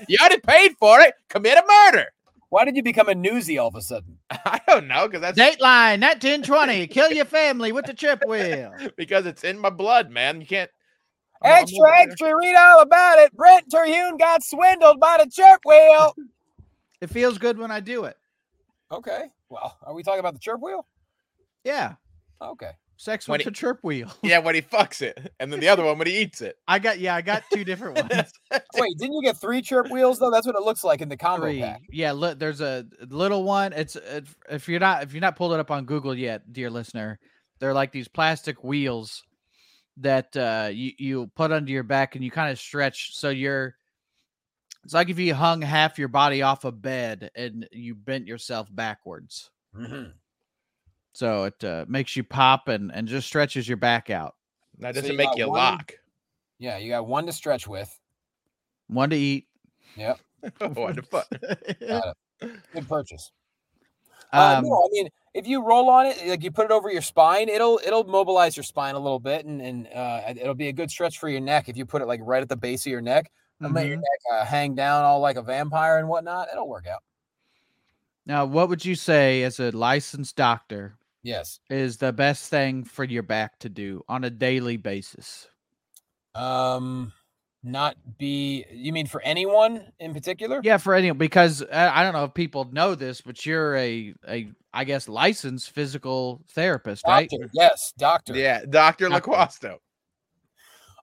Speaker 1: You already paid for it. Commit a murder.
Speaker 2: Why did you become a newsie all of a sudden?
Speaker 1: I don't know because that's
Speaker 3: Dateline 1920. kill your family with the chip wheel.
Speaker 1: because it's in my blood, man. You can't. I'm not- I'm
Speaker 2: Extra,
Speaker 1: not-
Speaker 2: extra, read all about it. Brent Terhune got swindled by the chirp wheel.
Speaker 3: It feels good when I do it.
Speaker 2: okay. Well, are we talking about the chirp wheel?
Speaker 3: Yeah.
Speaker 2: Okay.
Speaker 3: Sex
Speaker 1: When
Speaker 3: with
Speaker 1: it-
Speaker 3: the chip wheel.
Speaker 1: Yeah, when he fucks it, and then the other one when he eats it.
Speaker 3: I got yeah, I got two different ones.
Speaker 2: Wait, didn't you get three chirp wheels though? That's what it looks like in the combo
Speaker 3: Three.
Speaker 2: pack.
Speaker 3: Yeah, look, there's a little one. It's if- if you're not if you're not pulled it up on Google yet, dear listener, they're like these plastic wheels that uh you you put under your back and you kind of stretch so you're it's like if you hung half your body off a bed and you bent yourself backwards.
Speaker 2: Mm-hmm.
Speaker 3: So it uh, makes you pop and and just stretches your back out.
Speaker 1: That
Speaker 2: So
Speaker 1: doesn't
Speaker 2: you
Speaker 1: make
Speaker 2: got
Speaker 1: you
Speaker 2: one-
Speaker 1: lock.
Speaker 2: Yeah, you got one to stretch with.
Speaker 3: One to eat.
Speaker 1: what the fuck?
Speaker 2: Good purchase. Uh,
Speaker 3: Um,
Speaker 2: no, I mean, if you roll on it, like you put it over your spine, it'll it'll mobilize your spine a little bit, and and uh, it- it'll be a good stretch for your neck if you put it like right at the base of your neck and let your
Speaker 3: mhm.
Speaker 2: neck uh, hang down all like a vampire and whatnot. It'll work out.
Speaker 3: Now, what would you say as a licensed doctor
Speaker 2: Yes.
Speaker 3: is the best thing for your back to do on a daily basis?
Speaker 2: Um, not be. You mean for anyone in particular?
Speaker 3: Yeah, for anyone, because uh, I don't know if people know this, but you're a a I guess licensed physical therapist, right?
Speaker 2: Doctor. Yes, doctor.
Speaker 1: Yeah, Doctor
Speaker 3: Doctor.
Speaker 1: Laquasto.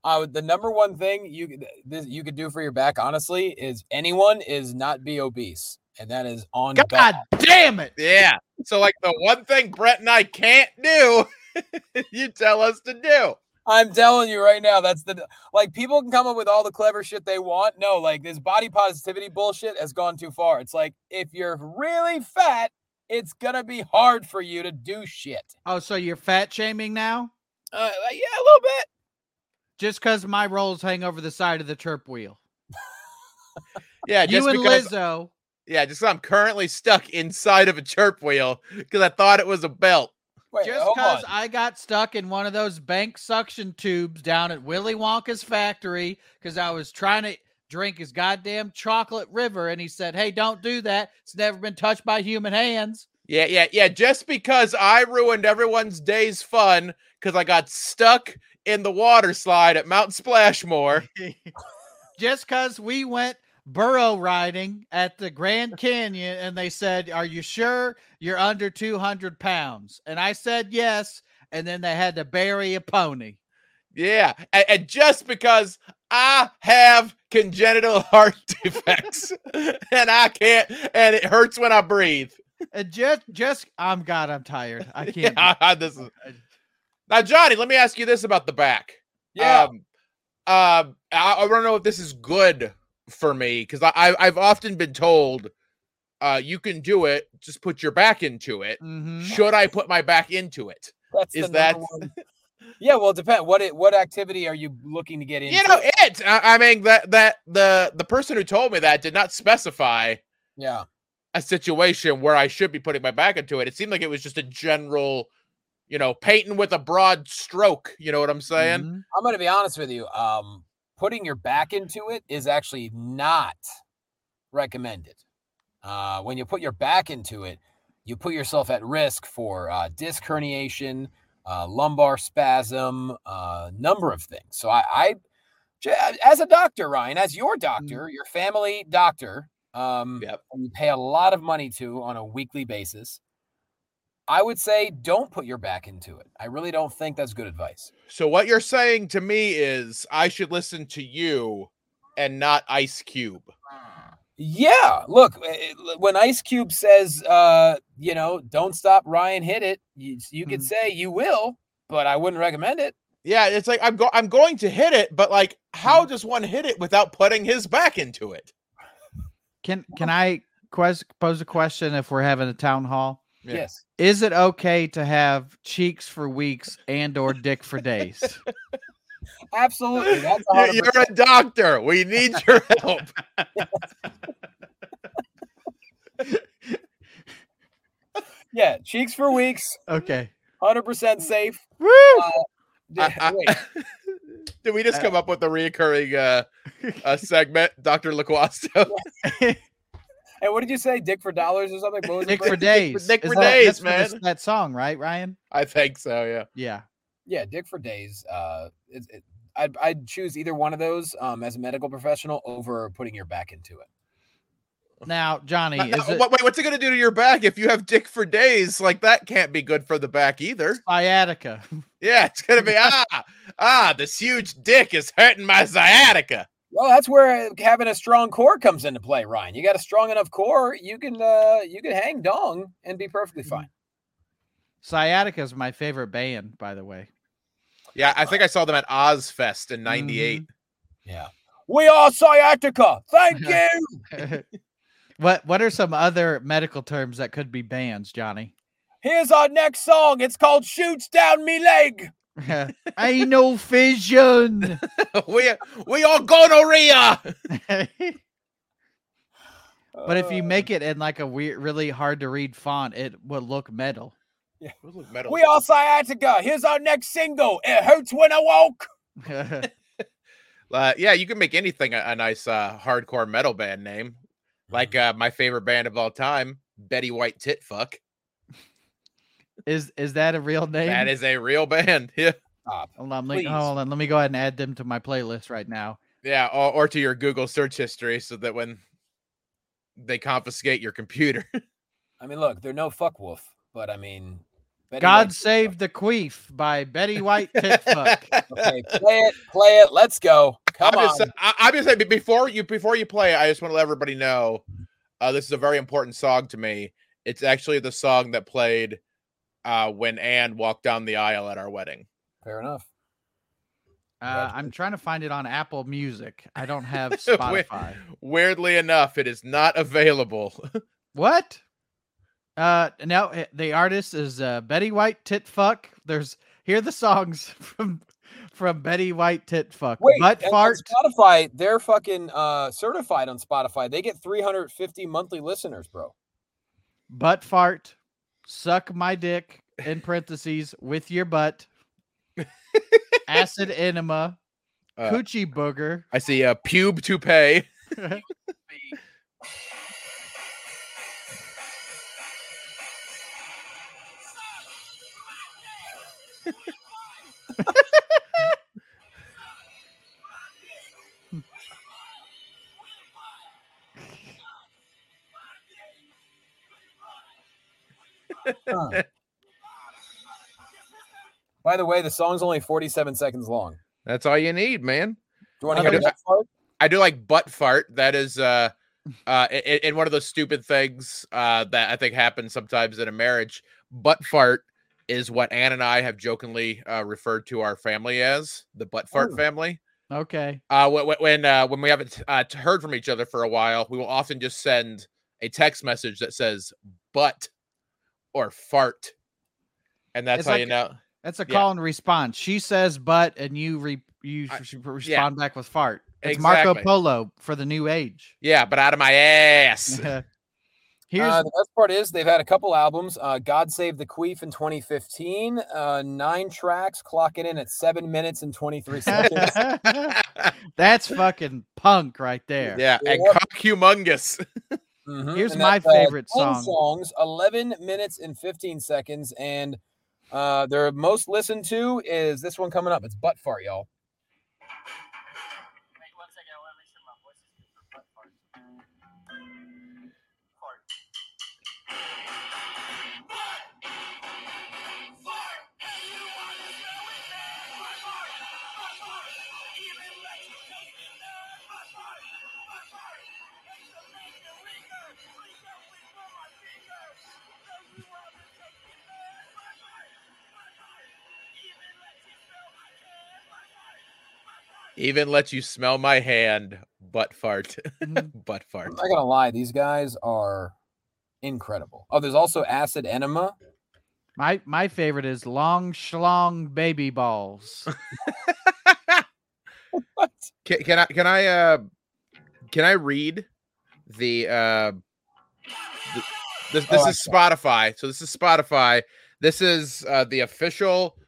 Speaker 2: Uh, the number one thing you could- this, you could do for your back, honestly, is anyone is not be obese, and that is on
Speaker 3: God
Speaker 2: God.
Speaker 3: damn it!
Speaker 1: Yeah. So like the one thing Brett and I can't do, you tell us to do.
Speaker 2: I'm telling you right now, that's the like people can come up with all the clever shit they want. No, like this body positivity bullshit has gone too far. It's like if you're really fat, it's gonna be hard for you to do shit.
Speaker 3: Oh, so you're fat shaming now?
Speaker 2: Uh, like, yeah, a little bit.
Speaker 3: Just because my rolls hang over the side of the chirp wheel.
Speaker 1: Yeah, just
Speaker 3: You and
Speaker 1: because
Speaker 3: Lizzo.
Speaker 1: yeah, just 'cause I'm currently stuck inside of a chirp wheel because I thought it was a belt.
Speaker 2: Wait,
Speaker 3: Just
Speaker 2: hold
Speaker 3: because
Speaker 2: on.
Speaker 3: I got stuck in one of those bank suction tubes down at Willy Wonka's factory because I was trying to drink his goddamn chocolate river, and he said, "Hey, don't do that. It's never been touched by human hands."
Speaker 1: Yeah, yeah, yeah. Just because I ruined everyone's day's fun because I got stuck in the water slide at Mount Splashmore.
Speaker 3: Just because we went burro riding at the Grand Canyon, and they said, "Are you sure you're under two hundred pounds?" and I said, "Yes," and then they had to bury a pony.
Speaker 1: Yeah. a- And, just because I have congenital heart defects and I can't, and it hurts when I breathe.
Speaker 3: And Uh, just, just, I'm God, I'm tired. I can't. do
Speaker 1: Yeah, I- this is- now, Johnny, let me ask you this about the back.
Speaker 2: Yeah.
Speaker 1: Um, um, I, I don't know if this is good for me because I, I, I've often been told uh, you can do it, just put your back into it.
Speaker 3: Mhm.
Speaker 1: Should I put my back into it?
Speaker 2: That's
Speaker 1: Is
Speaker 2: the
Speaker 1: that-
Speaker 2: number one. Yeah, well, it depends. What it, what activity are you looking to get into?
Speaker 1: You know, it. I, I mean, that that the the person who told me that did not specify
Speaker 2: yeah,
Speaker 1: a situation where I should be putting my back into it. It seemed like it was just a general, you know, painting with a broad stroke. You know what I'm saying?
Speaker 3: Mhm.
Speaker 2: I'm going to be honest with you. Um, putting your back into it is actually not recommended. Uh, when you put your back into it, you put yourself at risk for uh, disc herniation, uh, lumbar spasm, uh, number of things. So I, I, j- as a doctor, Ryan, as your doctor, your family doctor, um,
Speaker 1: Yep.
Speaker 2: who you pay a lot of money to on a weekly basis. I would say don't put your back into it. I really don't think that's good advice.
Speaker 1: So what you're saying to me is I should listen to you and not Ice Cube.
Speaker 2: Yeah, look, eh, eh, when Ice Cube says, uh, you know, don't stop Ryan, hit it, you, you could
Speaker 3: Mhm.
Speaker 2: say you will, but I wouldn't recommend it.
Speaker 1: Yeah, it's like I'm go- I'm going to hit it, but like how does one hit it without putting his back into it?
Speaker 3: Can can I quest, pose a question if we're having a town hall?
Speaker 1: Yeah.
Speaker 2: Yes.
Speaker 3: Is it okay to have cheeks for weeks and or dick for days?
Speaker 2: Absolutely. That's
Speaker 1: You-
Speaker 2: 100%.
Speaker 1: You're a doctor. We need your help.
Speaker 2: yeah, cheeks for weeks,
Speaker 3: okay.
Speaker 2: 100% safe.
Speaker 3: Woo!
Speaker 1: I- I-
Speaker 2: Wait,
Speaker 1: Did we just
Speaker 3: Uh,
Speaker 1: come up with a reoccurring uh, uh segment, Dr. LaQuasto?
Speaker 2: and what did you say? Dick for dollars or something? What was the
Speaker 3: dick
Speaker 2: phrase?
Speaker 3: for days.
Speaker 1: dick
Speaker 3: Is
Speaker 1: for
Speaker 3: that-
Speaker 1: days,
Speaker 3: that's for this-
Speaker 1: man.
Speaker 3: that song, right, Ryan?
Speaker 1: I think so, yeah.
Speaker 3: Yeah.
Speaker 2: yeah, dick for days. Uh, it, it, I'd, I'd choose either one of those um, as a medical professional over putting your back into it.
Speaker 3: Now, Johnny,
Speaker 1: Now- now,
Speaker 3: is it
Speaker 1: what- wait, what's it gonna do to your back if you have dick for days? Like that can't be good for the back either.
Speaker 3: sciatica?
Speaker 1: Yeah, it's gonna be ah ah this huge dick is hurting my sciatica.
Speaker 2: Well, that's where having a strong core comes into play, Ryan. You got a strong enough core, you can uh, you can hang dong and be perfectly fine.
Speaker 3: sciatica is my favorite band, by the way.
Speaker 1: Yeah, I think I saw them at Ozfest in '98.
Speaker 2: Yeah, we are sciatica. Thank
Speaker 3: Yeah.
Speaker 2: you.
Speaker 3: what what are some other medical terms that could be bands, Johnny?
Speaker 2: Here's our next song. It's called "Shoots Down Me Leg."
Speaker 3: Anal fission. Mm-hmm.
Speaker 1: we we are gonorrhea.
Speaker 3: but if you
Speaker 2: Uh,
Speaker 3: make it in like a weird, really hard to read font, it would look metal.
Speaker 1: Metal.
Speaker 2: we are sciatica. Here's our next single. It hurts when I walk.
Speaker 1: Uh, yeah, you can make anything a, a nice uh, hardcore metal band name.
Speaker 3: Mm-hmm.
Speaker 1: Like uh, my favorite band of all time, Betty White Tit Fuck.
Speaker 3: is is that a real name?
Speaker 1: That is a real band. Yeah,
Speaker 2: Stop.
Speaker 3: Hold on, let me,
Speaker 2: please.
Speaker 3: hold on, let me go ahead and add them to my playlist right now.
Speaker 1: yeah, or, or to your Google search history, so that when they confiscate your computer,
Speaker 2: I mean, look, they're no fuck wolf, but I mean, Betty
Speaker 3: God
Speaker 2: White-
Speaker 3: Save the Queef by Betty White Titfuck.
Speaker 2: Okay, play it, play it. Let's go. Come
Speaker 1: I'm
Speaker 2: on.
Speaker 1: just, sa- I, I'm just saying be- before you before you play, I just want to let everybody know uh, this is a very important song to me. It's actually the song that played uh, when Anne walked down the aisle at our wedding.
Speaker 2: Fair enough.
Speaker 3: Uh, I'm trying to find it on Apple Music. I don't have
Speaker 1: Wait.
Speaker 3: Spotify.
Speaker 1: Weirdly enough, it is not available.
Speaker 3: What? Uh no, eh, the artist is uh Betty White Titfuck. There's here are the songs from from Betty White Titfuck.
Speaker 2: Wait,
Speaker 3: Butt
Speaker 2: and on
Speaker 3: fart.
Speaker 2: Spotify, they're fucking uh, certified on Spotify. They get 350 monthly listeners, bro.
Speaker 3: butt fart, suck my dick, in parentheses with your butt, acid enema,
Speaker 1: Uh.
Speaker 3: coochie booger.
Speaker 1: I see a pube toupee.
Speaker 2: By the way, the song's only 47 seconds long.
Speaker 1: That's all you need, man.
Speaker 2: Do you want
Speaker 3: I
Speaker 2: to hear
Speaker 1: do-
Speaker 2: that part?
Speaker 1: I do like butt fart. That is uh uh i- i- in one of those stupid things uh that I think happens sometimes in a marriage. Butt fart is what Ann and I have jokingly uh, referred to our family as the butt fart
Speaker 2: Oh.
Speaker 1: family.
Speaker 3: Okay.
Speaker 1: Uh, wh- wh- when uh, when we haven't uh, t- heard from each other for a while, we will often just send a text message that says "butt" or "fart," and that's
Speaker 3: It's
Speaker 1: how
Speaker 3: like
Speaker 1: you know.
Speaker 3: That's a
Speaker 1: Yeah.
Speaker 3: call and response. She says butt, and you re- you
Speaker 1: I-
Speaker 3: s- respond back with fart. It's Marco
Speaker 1: Exactly.
Speaker 3: Polo for the new age.
Speaker 1: Yeah, but out of my ass.
Speaker 3: Here's
Speaker 2: Uh, the best part is they've had a couple albums. Uh, God Save the Queef in 2015, uh, nine tracks, clocking in at seven minutes and 23 seconds.
Speaker 3: that's fucking punk right there.
Speaker 1: Uh, yeah, and
Speaker 2: Yep.
Speaker 1: cock humongous.
Speaker 2: Mhm,
Speaker 3: Here's
Speaker 2: and
Speaker 3: my
Speaker 2: that's, uh,
Speaker 3: favorite
Speaker 2: 10
Speaker 3: song.
Speaker 2: Songs, 11 minutes and 15 seconds, and uh, their most listened to is this one coming up. It's butt fart, y'all.
Speaker 4: Wait one second, I want to make sure my voice is good for butt fart. Fart.
Speaker 1: Even let you smell my hand. Butt fart.
Speaker 3: Mhm.
Speaker 1: butt fart.
Speaker 2: I'm not gonna lie, these guys are incredible. Oh, there's also Acid Enema.
Speaker 3: My my favorite is long schlong baby balls.
Speaker 2: What?
Speaker 1: Can, can I can I uh can I read the uh th- this this
Speaker 2: Oh,
Speaker 1: is Spotify. So this is Spotify. This is uh the official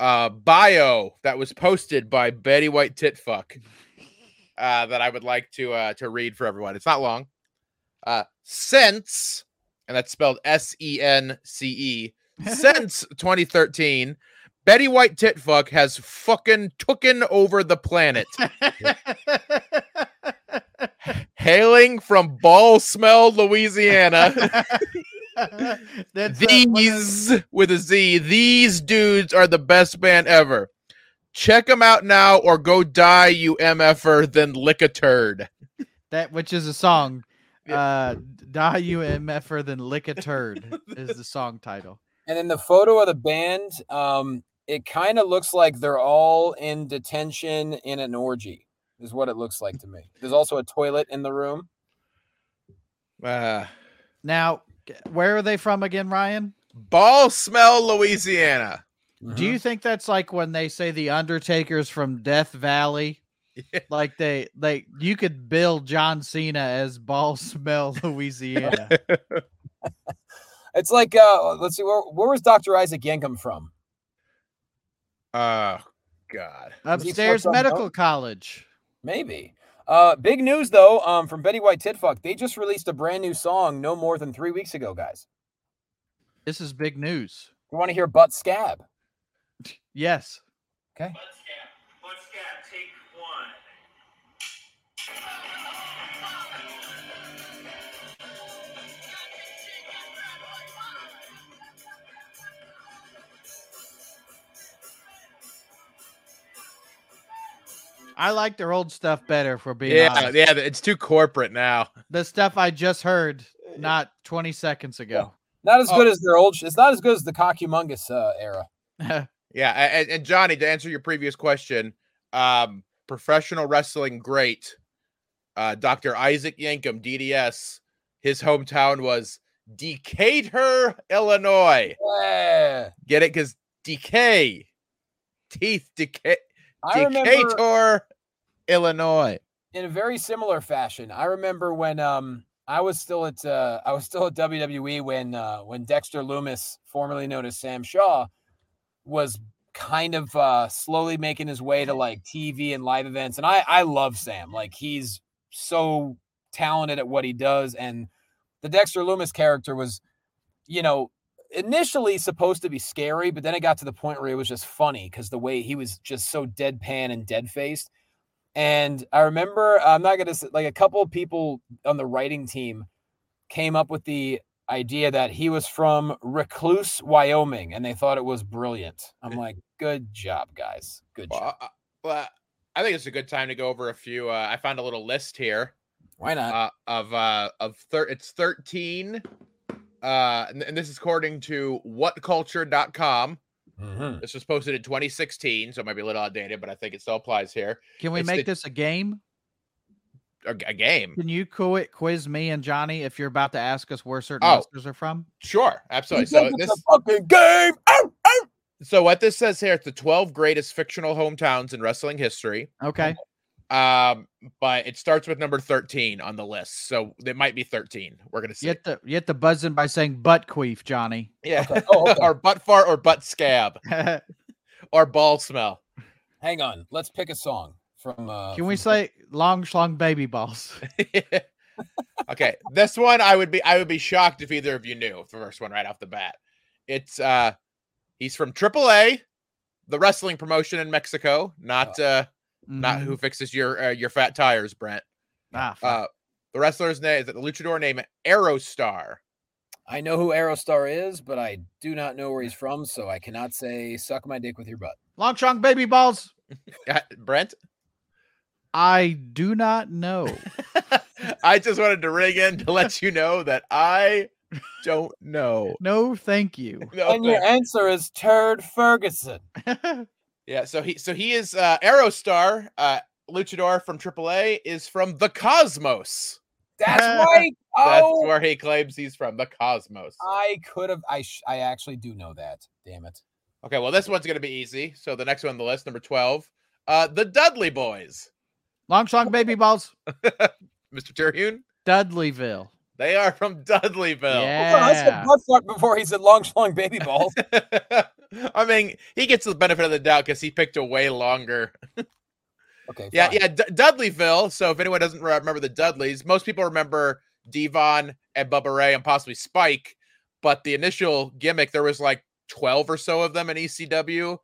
Speaker 1: uh bio that was posted by Betty White Titfuck uh that I would like to uh to read for everyone. It's not long. Uh since and that's spelled S E N C E since 2013 Betty White Titfuck has fucking tooken over the planet hailing from Ball Smell, Louisiana.
Speaker 3: That's uh, one of-
Speaker 1: these with a Z, these dudes are the best band ever. Check them out now or go die, you MFer, then lick a turd.
Speaker 3: that which is a song.
Speaker 1: Yeah.
Speaker 3: Uh, die you mf'er than lick a turd is the song title.
Speaker 2: And then the photo of the band, um, it kind of looks like they're all in detention in an orgy, is what it looks like to me. There's also a toilet in the room.
Speaker 1: Uh,
Speaker 3: Now, g- where are they from again, Ryan?
Speaker 1: Ball Smell, Louisiana.
Speaker 3: Do
Speaker 2: Mm-hmm.
Speaker 3: you think that's like when they say the Undertaker's from Death Valley?
Speaker 1: Yeah.
Speaker 3: Like they like you could bill John Cena as Ball Smell Louisiana.
Speaker 2: It's like, uh, let's see, where, where was Dr. Isaac Yankum from?
Speaker 1: Oh, God.
Speaker 2: Was he
Speaker 3: Upstairs
Speaker 2: from
Speaker 3: Medical College.
Speaker 2: Maybe. Uh, big news though, um, from Betty White Titfuck, they just released a brand new song no more than three weeks ago, guys.
Speaker 3: This is big news.
Speaker 2: You want to hear Butt Scab?
Speaker 3: Yes.
Speaker 2: Okay.
Speaker 4: Butt scat. Butt scat. Take one.
Speaker 3: I like their old stuff better for being
Speaker 1: Yeah,
Speaker 3: honest.
Speaker 1: yeah, it's too corporate now.
Speaker 3: The stuff I just heard
Speaker 1: Uh,
Speaker 3: not 20 seconds ago.
Speaker 2: Not as
Speaker 1: Oh.
Speaker 2: good as their old. sh- It's not as good as the Cockumongous uh, era.
Speaker 1: Yeah, a- and, and Johnny, to answer your previous question, um, professional wrestling great, uh, Dr. Isaac Yankum, DDS, his hometown was Decatur, Illinois.
Speaker 2: Yeah.
Speaker 1: Get it? Because decay, teeth decay,
Speaker 2: I remember
Speaker 1: Decatur, Illinois.
Speaker 2: in a very similar fashion. I remember when um I was still at uh, I was still at WWE when uh, when Dexter Loomis, formerly known as Sam Shaw, was kind of uh, slowly making his way to like TV and live events. And I I love Sam. Like he's so talented at what he does. And the Dexter Loomis character was, you know, initially supposed to be scary, but then it got to the point where it was just funny because the way he was just so deadpan and dead faced. And I remember, I'm not going to say, like a couple of people on the writing team came up with the idea that he was from Recluse, Wyoming, and they thought it was brilliant. I'm like, good job, guys. Good job.
Speaker 1: Eh. Well, I, well, I think it's a good time to go over a few. Uh, I found a little list here
Speaker 2: Why not?
Speaker 1: uh, of uh, of thir- it's thirteen, uh, and, and this is according to whatculture.com.
Speaker 2: Mhm.
Speaker 1: This was posted in 2016, so it might be a little outdated, but I think it still applies here.
Speaker 3: Can we
Speaker 1: It's
Speaker 3: make
Speaker 1: the-
Speaker 3: this a game?
Speaker 1: A, a game,
Speaker 3: Can you qu- quiz me and Johnny if you're about to ask us where certain
Speaker 1: Oh.
Speaker 3: listeners are from?
Speaker 1: sure,
Speaker 2: You
Speaker 1: absolutely.
Speaker 2: think
Speaker 1: So
Speaker 2: it's
Speaker 1: this,
Speaker 2: a fucking game. Ow, ow.
Speaker 1: so what this says here, it's the 12 greatest fictional hometowns in wrestling history.
Speaker 3: Okay.
Speaker 1: Um, but it starts with number 13 on the list, so it might be 13. We're gonna see.
Speaker 3: Yet the yet the buzz in by saying butt queef, Johnny.
Speaker 1: Yeah,
Speaker 2: Oh, okay.
Speaker 1: or butt fart, or butt scab,
Speaker 3: Can
Speaker 1: or ball smell.
Speaker 2: Hang on. Let's pick a song from. Uh,
Speaker 3: we
Speaker 2: from-
Speaker 3: say long schlong baby balls?
Speaker 1: okay, this one I would be I would be shocked if either of you knew the first one right off the bat. It's uh he's from AAA, the wrestling promotion in Mexico, not uh not
Speaker 3: Mhm.
Speaker 1: who fixes your uh, your fat tires, Brent.
Speaker 3: Ah, fuck.
Speaker 1: Uh the wrestler's name is the luchador name Aerostar.
Speaker 2: I know who Aerostar is, but I do not know where he's from, so I cannot say "suck my dick with your butt."
Speaker 3: long schlong baby balls.
Speaker 1: Yeah, Brent,
Speaker 3: I do not know.
Speaker 1: I just wanted to ring in to let you know that I don't know.
Speaker 3: no, thank you.
Speaker 1: No,
Speaker 2: And your
Speaker 1: thank-
Speaker 2: answer is Turd Ferguson.
Speaker 1: yeah, so he so he is uh Aerostar, uh luchador from AAA is from the Cosmos.
Speaker 2: That's right. Oh, Uh,
Speaker 1: That's where he claims he's from, the Cosmos.
Speaker 2: I could have. I sh- I actually do know that. Damn it.
Speaker 1: Okay, well, this one's gonna be easy. So the next one on the list, number twelve, uh, the Dudley Boys,
Speaker 3: long schlong baby balls.
Speaker 1: Mr. Terhune.
Speaker 3: Dudleyville.
Speaker 1: They are from Dudleyville.
Speaker 2: Hold on, I said
Speaker 3: Yeah.
Speaker 2: butt fuck before he said long, long baby balls.
Speaker 1: I mean, he gets the benefit of the doubt because he picked a way longer.
Speaker 2: Okay.
Speaker 1: Yeah,
Speaker 2: fine.
Speaker 1: yeah, D- Dudleyville. So if anyone doesn't re- remember the Dudleys, most people remember Devon and Bubba Ray and possibly Spike. But the initial gimmick, there was like twelve or so of them in ECW,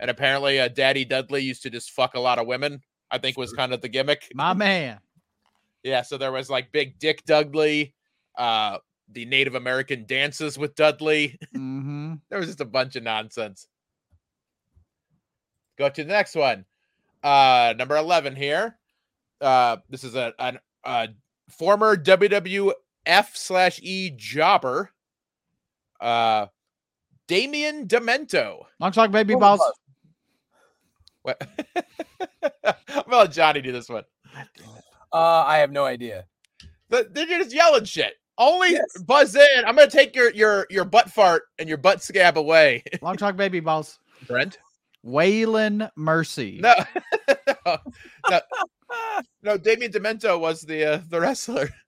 Speaker 1: and apparently, uh, Daddy Dudley used to just fuck a lot of women. I think was kind of the gimmick.
Speaker 3: My man.
Speaker 1: Yeah, so there was like Big Dick Dudley, uh, the Native American dances with Dudley.
Speaker 3: Mm-hmm.
Speaker 1: there was just a bunch of nonsense. Go to the next one. Uh, number 11 here. Uh, this is a, an, a former WWF slash E jobber, uh, Damien Demento.
Speaker 3: Long schlong baby
Speaker 2: Oh,
Speaker 3: balls.
Speaker 1: What? I'm gonna let Johnny do this one.
Speaker 2: Uh, I have no idea.
Speaker 1: The- They're just yelling shit. Only
Speaker 2: Yes.
Speaker 1: buzz in. I'm gonna take your your your butt fart and your butt scab away,
Speaker 3: long schlong baby balls.
Speaker 1: Brent.
Speaker 3: Waylon Mercy.
Speaker 1: No, no, no, no. Damien Demento was the uh, the wrestler.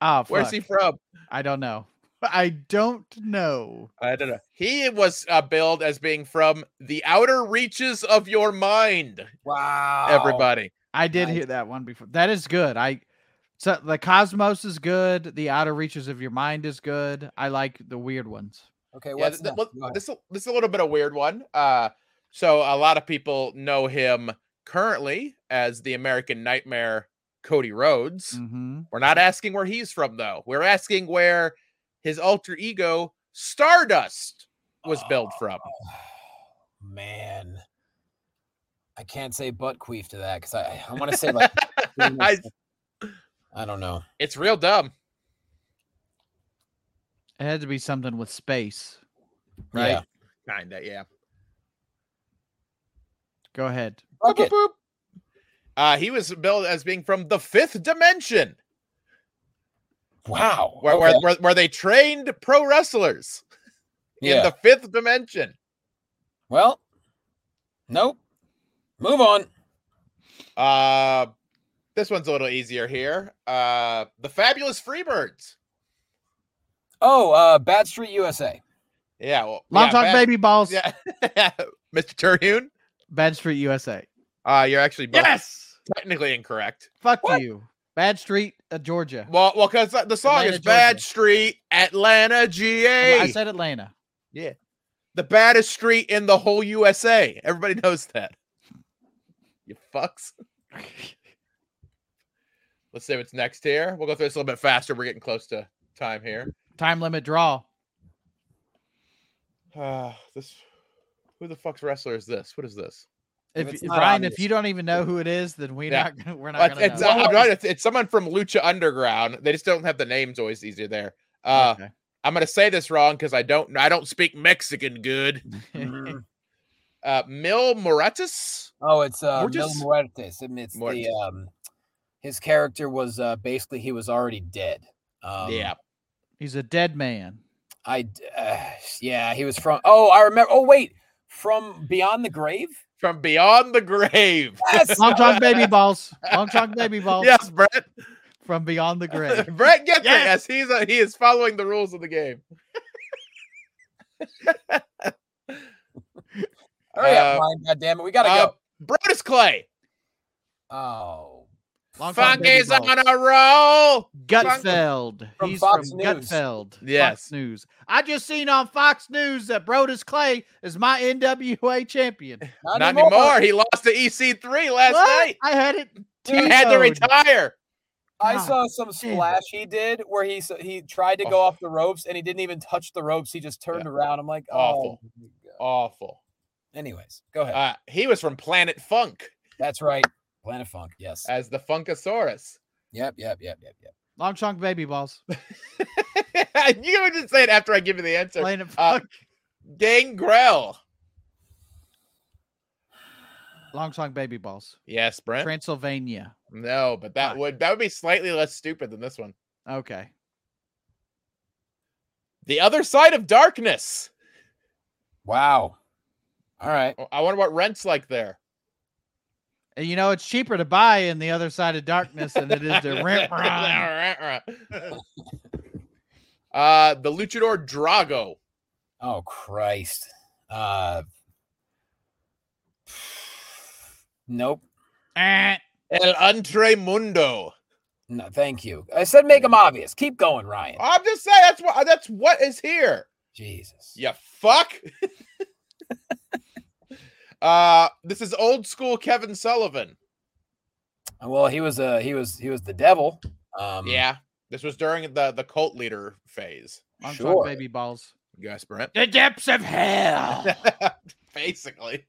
Speaker 3: Ah,
Speaker 1: Where's
Speaker 3: fuck.
Speaker 1: he from?
Speaker 3: I don't know. I don't know.
Speaker 1: I don't know. He was uh, billed as being from the outer reaches of your mind. Oh,
Speaker 2: Wow.
Speaker 1: Everybody,
Speaker 3: I did
Speaker 2: Nice.
Speaker 3: hear that one before. That is good. I so the cosmos is good. The outer reaches of your mind is good. I like the weird ones.
Speaker 2: Okay.
Speaker 1: yeah.
Speaker 2: What's
Speaker 1: th- th-
Speaker 2: next?
Speaker 1: well,
Speaker 2: Go ahead.
Speaker 1: this a- this is a little bit of a weird one. Uh, so a lot of people know him currently as the American Nightmare, Cody Rhodes.
Speaker 3: Mm-hmm.
Speaker 1: We're not asking where he's from, though. We're asking where his alter ego, Stardust, was billed from.
Speaker 2: man. I can't say butt queef to that because I, I want to say
Speaker 1: Oh,
Speaker 2: like
Speaker 1: I-
Speaker 2: I don't know.
Speaker 1: it's real dumb,
Speaker 3: It had to be something with space.
Speaker 1: right?
Speaker 2: Yeah.
Speaker 1: Kinda, yeah.
Speaker 3: Go ahead.
Speaker 2: Fuck it.
Speaker 1: Boop, boop. Uh, he was billed as being from the fifth dimension,
Speaker 2: Wow.
Speaker 1: where,
Speaker 2: okay,
Speaker 1: where, where, where they trained pro wrestlers
Speaker 2: yeah.
Speaker 1: in the fifth dimension.
Speaker 2: well, nope. Move on.
Speaker 1: Uh, This one's a little easier here. Uh, the Fabulous Freebirds.
Speaker 2: Oh, uh, Bad Street USA.
Speaker 1: Yeah. Well, yeah,
Speaker 3: Montauk
Speaker 1: Bad-
Speaker 3: Baby Balls,
Speaker 1: Yeah. Mr. Terhune,
Speaker 3: Bad Street USA.
Speaker 1: uh, you're actually both
Speaker 3: Yes.
Speaker 1: technically incorrect.
Speaker 3: Fuck
Speaker 2: What?
Speaker 3: you. Bad Street, uh, Georgia.
Speaker 1: Well, well, because the song
Speaker 3: Atlanta,
Speaker 1: is Bad
Speaker 3: Georgia.
Speaker 1: Street, Atlanta, GA.
Speaker 3: I said Atlanta.
Speaker 1: the baddest street in the whole USA. Everybody knows that. You fucks. Let's see what's next here. We'll go through this a little bit faster. We're getting close to time here.
Speaker 3: Time limit draw.
Speaker 1: Uh, this who the fuck's wrestler is this? What is this?
Speaker 2: If
Speaker 3: If,
Speaker 2: it's
Speaker 3: if
Speaker 2: not
Speaker 3: Ryan,
Speaker 2: obvious.
Speaker 3: if you don't even know who it is, then we
Speaker 1: Yeah.
Speaker 3: not gonna, we're
Speaker 1: Uh,
Speaker 3: not gonna
Speaker 1: it's,
Speaker 3: know.
Speaker 1: uh, I'm right, it's- it's someone from Lucha Underground. They just don't have the names always easier there. Uh,
Speaker 3: Okay.
Speaker 1: I'm gonna say this wrong because I don't I don't speak Mexican good.
Speaker 2: Mhm.
Speaker 1: Uh, Mil Moretis.
Speaker 2: oh, it's uh, Mil
Speaker 1: Gorgeous.
Speaker 2: Muertes. And it's the
Speaker 1: Muertes.
Speaker 2: um, his character was uh, basically he was already dead. Um,
Speaker 1: yeah,
Speaker 3: He's a dead man.
Speaker 2: I d- uh, yeah, he was from. Oh, I remember. Oh, wait, from Beyond the Grave.
Speaker 1: from Beyond the Grave.
Speaker 2: Yes.
Speaker 3: Montauk Baby Balls. Montauk Baby Balls
Speaker 1: Yes, Brett.
Speaker 3: from Beyond the Grave.
Speaker 1: Brett gets
Speaker 3: Yes.
Speaker 1: it. Yes, he's a, he is following the rules of the game.
Speaker 2: Hurry up,
Speaker 1: Uh,
Speaker 2: Ryan, God damn it, we gotta
Speaker 1: Uh, Brutus Clay.
Speaker 2: go. Oh,
Speaker 3: Long Tom
Speaker 1: Funk
Speaker 3: Baby
Speaker 1: is on
Speaker 3: Balls.
Speaker 1: a roll.
Speaker 3: Gutfeld.
Speaker 2: From
Speaker 3: He's
Speaker 2: Fox
Speaker 3: from
Speaker 2: News.
Speaker 3: Gutfeld. Fox
Speaker 1: Yes.
Speaker 3: News. I just seen on Fox News that Brodus Clay is my NWA champion.
Speaker 1: Not, anymore. He lost to EC3 last
Speaker 3: What? Oh,
Speaker 1: night.
Speaker 3: I had it.
Speaker 1: He had to
Speaker 3: T-boned.
Speaker 1: retire.
Speaker 2: I
Speaker 3: God
Speaker 2: saw some
Speaker 3: Ah, damn it.
Speaker 2: splash he did where he s- he tried to go
Speaker 1: Awful.
Speaker 2: off the ropes and he didn't even touch the ropes. He just turned around. I'm like, oh.
Speaker 1: Awful.
Speaker 2: my God.
Speaker 1: Awful.
Speaker 2: Anyways, go ahead.
Speaker 1: Uh, he was from Planet Funk
Speaker 2: That's right. Planet Funk. Yes.
Speaker 1: as the Funkasaurus.
Speaker 2: Yep. Yep. Yep. Yep. Yep.
Speaker 3: Long Chunk Baby Balls.
Speaker 1: you would just say it after I give you the answer.
Speaker 3: Playing it
Speaker 1: Uh,
Speaker 3: fuck.
Speaker 1: Gangrel.
Speaker 3: Long Chunk Baby Balls.
Speaker 1: Yes, Brent.
Speaker 3: Transylvania.
Speaker 1: no, but that
Speaker 3: Fuck.
Speaker 1: would that would be slightly less stupid than this one.
Speaker 3: Okay.
Speaker 1: The other side of darkness. Oh,
Speaker 2: Wow. All right.
Speaker 1: I wonder what rent's like there.
Speaker 3: And you know, it's cheaper to buy in the other side of darkness than it is to rent. Ron.
Speaker 1: uh, the Luchador Drago.
Speaker 2: Oh Christ. Uh. Nope.
Speaker 3: Eh.
Speaker 1: El Entre Mundo.
Speaker 2: No, thank you. I said make them obvious. Keep going, Ryan.
Speaker 1: I'm just saying that's what that's what is here.
Speaker 2: Jesus.
Speaker 1: You fuck. uh, this is old school Kevin Sullivan.
Speaker 2: Well, he was uh he was he was the devil. Um,
Speaker 1: yeah, this was during the the cult leader phase.
Speaker 3: Long
Speaker 2: Sure.
Speaker 3: Chunk Baby Balls.
Speaker 1: Yes, Brent.
Speaker 3: The depths of hell.
Speaker 1: Basically,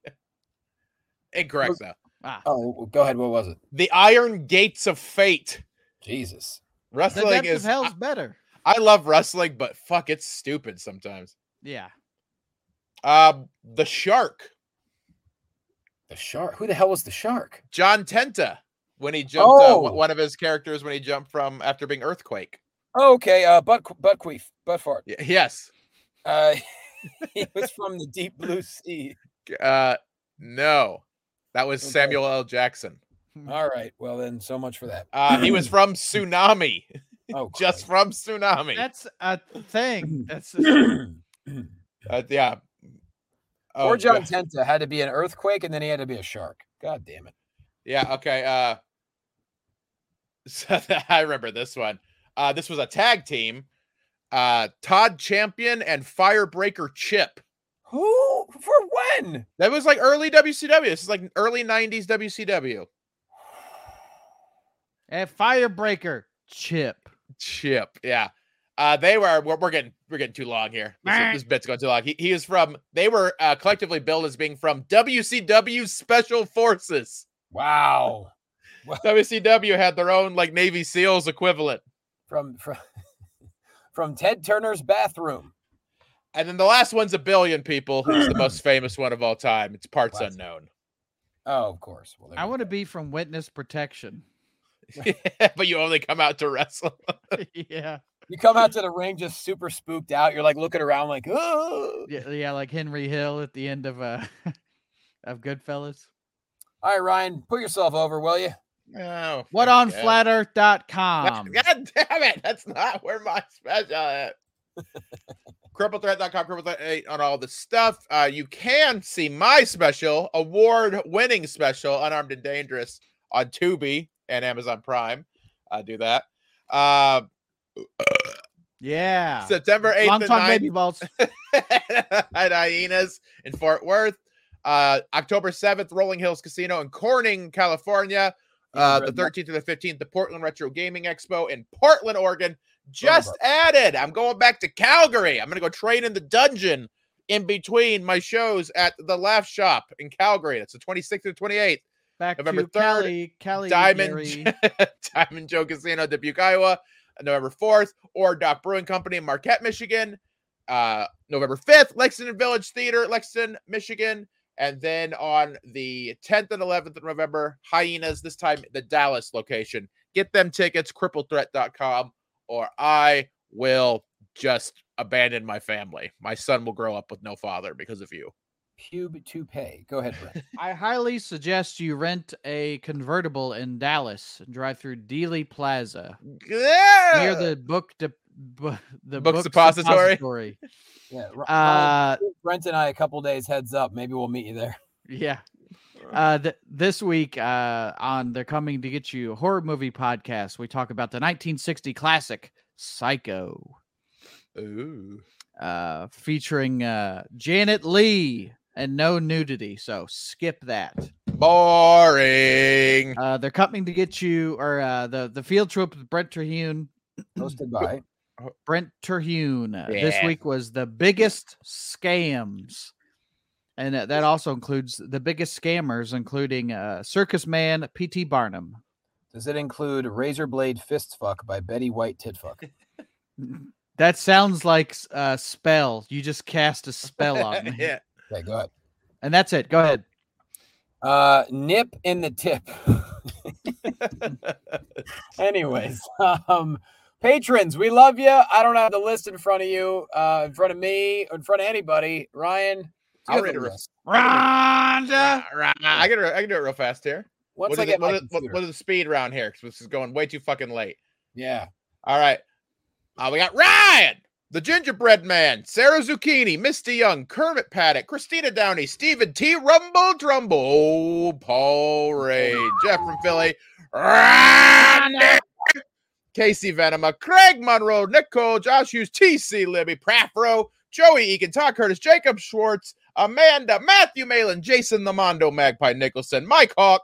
Speaker 1: incorrect though.
Speaker 3: ah.
Speaker 2: Oh, w- go ahead. What was it?
Speaker 1: The Iron Gates of Fate.
Speaker 2: Jesus.
Speaker 3: The
Speaker 1: Wrestling
Speaker 3: depths
Speaker 1: is
Speaker 3: of hell's better.
Speaker 1: I love wrestling, but fuck, it's stupid sometimes.
Speaker 3: Yeah.
Speaker 1: Uh, the Shark,
Speaker 2: The shark. Who the hell was the shark?
Speaker 1: John Tenta, when he jumped, uh,
Speaker 2: Oh.
Speaker 1: one- one of his characters when he jumped from after being earthquake.
Speaker 2: Okay, uh, butt qu- butt queef, butt fart.
Speaker 1: Y- yes.
Speaker 2: Uh, he was from the deep blue sea.
Speaker 1: Uh, no, that was
Speaker 2: Okay.
Speaker 1: Samuel L. Jackson.
Speaker 2: All right. Well, then, so much for that.
Speaker 1: Uh, he was from Tsunami,
Speaker 2: Oh,
Speaker 1: just from Tsunami.
Speaker 3: That's a thing. That's
Speaker 1: Uh, yeah. Oh,
Speaker 2: Poor John
Speaker 1: God.
Speaker 2: Tenta had to be an earthquake, and then he had to be a shark. God damn it.
Speaker 1: Yeah. Okay. Uh, so I remember this one. Uh, this was a tag team. Uh, Todd Champion and Firebreaker Chip.
Speaker 2: Who for when?
Speaker 1: That was like early WCW. This is like early '90s WCW.
Speaker 3: a firebreaker chip.
Speaker 1: Chip. Yeah. Uh, they were. We're, we're getting. We're getting too long here. This,
Speaker 3: Meh.
Speaker 1: this bit's going too long. He, he is from. They were uh, collectively billed as being from WCW Special Forces.
Speaker 2: Wow.
Speaker 1: WCW had their own like Navy SEALs equivalent.
Speaker 2: From from from Ted Turner's bathroom.
Speaker 1: And then the last one's a billion people. It's the most famous one of all time. It's parts
Speaker 2: Classic.
Speaker 1: unknown.
Speaker 2: Oh, of course. Well, there
Speaker 3: I
Speaker 2: you
Speaker 3: want to
Speaker 2: go.
Speaker 3: be from witness protection.
Speaker 1: but you only come out to wrestle.
Speaker 3: yeah.
Speaker 2: You come out to the ring just super spooked out. You're like looking around, like, oh.
Speaker 3: yeah. Yeah, like Henry Hill at the end of uh of Goodfellas.
Speaker 2: All right, Ryan, put yourself over, will you?
Speaker 1: Oh,
Speaker 3: What
Speaker 1: fuck
Speaker 3: on
Speaker 1: yeah.
Speaker 3: flatearth.com?
Speaker 1: God damn it. That's not where my special at. CrippleThreat.com, Cripple Threat 8 on all the stuff. Uh, you can see my special, award winning special, Unarmed and Dangerous, on Tubi and Amazon Prime. Uh, do that. Uh,
Speaker 3: Yeah.
Speaker 1: September 8th
Speaker 3: Long
Speaker 1: and
Speaker 3: time
Speaker 1: 9th
Speaker 3: baby balls.
Speaker 1: at Hyenas in Fort Worth. Uh, October 7th, Rolling Hills Casino in Corning, California. Uh, the 13th to the 15th, the Portland Retro Gaming Expo in Portland, Oregon. Just added. I'm going back to Calgary. I'm going to go train in the dungeon in between my shows at the Laugh Shop in Calgary. That's the 26th to the 28th.
Speaker 3: Back
Speaker 1: November
Speaker 3: to
Speaker 1: 3rd,
Speaker 3: Kelly, Kelly
Speaker 1: Diamond,
Speaker 3: Gary.
Speaker 1: Diamond Joe Casino, Dubuque, Iowa, November 4th, or Dot Brewing Company in Marquette, Michigan, uh, November 5th, Lexington Village Theater, Lexington, Michigan. And then on the 10th and 11th of November, Hyenas, this time the Dallas location. Get them tickets, cripplethreat.com, or I will just abandon my family. My son will grow up with no father because of you.
Speaker 2: Pube to pay. Go ahead, Brent.
Speaker 3: I highly suggest you rent a convertible in Dallas and drive through Dealey Plaza near
Speaker 1: Yeah.
Speaker 3: the book de- bu- the
Speaker 1: Book Oh.
Speaker 3: book
Speaker 1: Depository.
Speaker 3: depository.
Speaker 2: Yeah, Ro- Ryan,
Speaker 3: Uh,
Speaker 2: give Brent and I a couple days heads up. Maybe we'll meet you there.
Speaker 3: yeah. Uh, th- this week uh, on They're Coming to Get You Horror Movie Podcast, we talk about the 1960 classic Psycho,
Speaker 1: Ooh.
Speaker 3: uh, featuring uh, Janet Lee and no nudity. So skip that.
Speaker 1: Boring.
Speaker 3: Uh, they're coming to get you, or uh, the the field trip with Brent Terhune.
Speaker 2: Hosted by
Speaker 3: Brent Terhune. Uh, This
Speaker 1: Yeah.
Speaker 3: week was the biggest scams, and uh, that also includes the biggest scammers, including uh, Circus Man P.T. Barnum.
Speaker 2: Does it include Razor Blade Fist Fuck by Betty White Titfuck?
Speaker 3: That sounds like s- a spell. You just cast a spell on me,
Speaker 1: yeah.
Speaker 2: Okay, go ahead.
Speaker 3: and that's it. Go ahead.
Speaker 2: Uh, nip in the tip. Anyways, um, patrons, we love you. I don't have the list in front of you, uh, in front of me, in front of anybody. Ryan, do you
Speaker 1: I'll
Speaker 2: have
Speaker 1: read
Speaker 2: the
Speaker 1: a re-
Speaker 2: list?
Speaker 3: Rhonda.
Speaker 1: Rah, rah. I can I can do it real fast here.
Speaker 2: Once
Speaker 1: What
Speaker 2: I
Speaker 1: is,
Speaker 2: get
Speaker 1: it,
Speaker 2: my
Speaker 1: what, is, what,
Speaker 2: computer.
Speaker 1: what is the speed round here? Because this is going way too fucking late.
Speaker 2: yeah,
Speaker 1: All right. Uh, we got Ryan, the gingerbread man, Sarah Zucchini, Misty Young, Kermit Paddock, Christina Downey, Stephen T. Rumble Drumble, oh, Paul Ray, Jeff from Philly, Randy, Casey Venema, Craig Monroe, Nicole, Josh Hughes, TC Libby, Prafro, Joey Egan, Todd Curtis, Jacob Schwartz, Amanda, Matthew Malin, Jason Lamondo, Magpie Nicholson, Mike Hawk,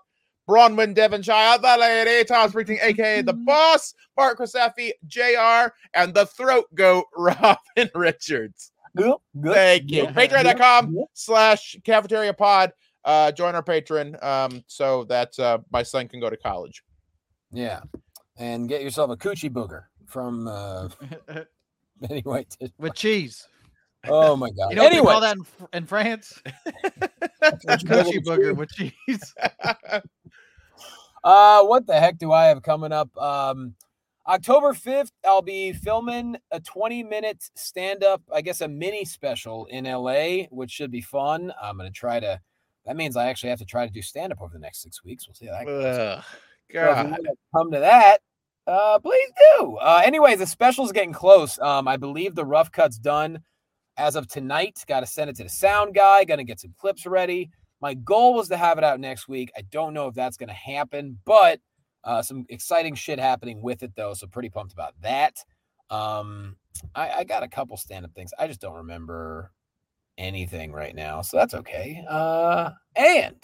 Speaker 1: Bronwyn Devonshire, the lady, Tom Springton, aka the boss, Mark Krasafi, JR, and the throat goat, Robin Richards.
Speaker 2: good, good.
Speaker 1: Thank you.
Speaker 3: Yeah.
Speaker 1: Patreon.com slash cafeteria pod. Uh, join our patron um, so that uh, my son can go to college.
Speaker 2: Yeah, and get yourself a coochie booger from uh, Betty White. Tit-
Speaker 3: With cheese.
Speaker 2: Oh my god.
Speaker 3: You know what they
Speaker 2: anyway,
Speaker 3: call that in, Fr- in France?
Speaker 2: Would you be able
Speaker 3: Coochie
Speaker 2: to
Speaker 3: booger with cheese.
Speaker 2: Uh, what the heck do I have coming up? Um, October 5th, I'll be filming a 20 minute stand up, I guess a mini special in LA, which should be fun. I'm going to try to, that means I actually have to try to do stand up over the next six weeks. We'll see how that goes.
Speaker 1: Ugh,
Speaker 2: So if you
Speaker 1: God.
Speaker 2: wanna come to that. Uh, please do. Uh, anyways, the special's getting close. Um, I believe the rough cut's done as of tonight. Got to send it to the sound guy. Gonna get some clips ready. My goal was to have it out next week. I don't know if that's gonna happen, but uh, some exciting shit happening with it though. So pretty pumped about that. Um, I, I got a couple stand up things. I just don't remember anything right now, so that's okay. Uh, and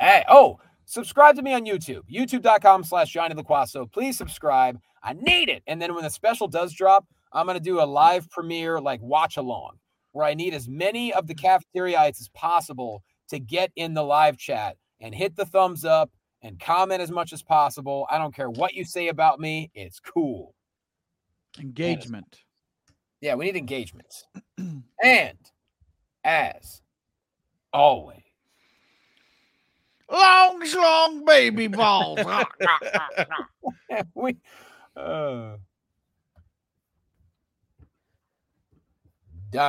Speaker 2: hey, oh, subscribe to me on YouTube, youtube.com slash Johnny Laquaso. Please subscribe. I need it. And then when the special does drop, I'm going to do a live premiere, like watch along, where I need as many of the cafeteriaites as possible to get in the live chat and hit the thumbs up and comment as much as possible. I don't care what you say about me, it's cool.
Speaker 3: Engagement.
Speaker 2: Yeah, we need engagements. and as always,
Speaker 3: Long, long baby balls.
Speaker 2: we. Uh,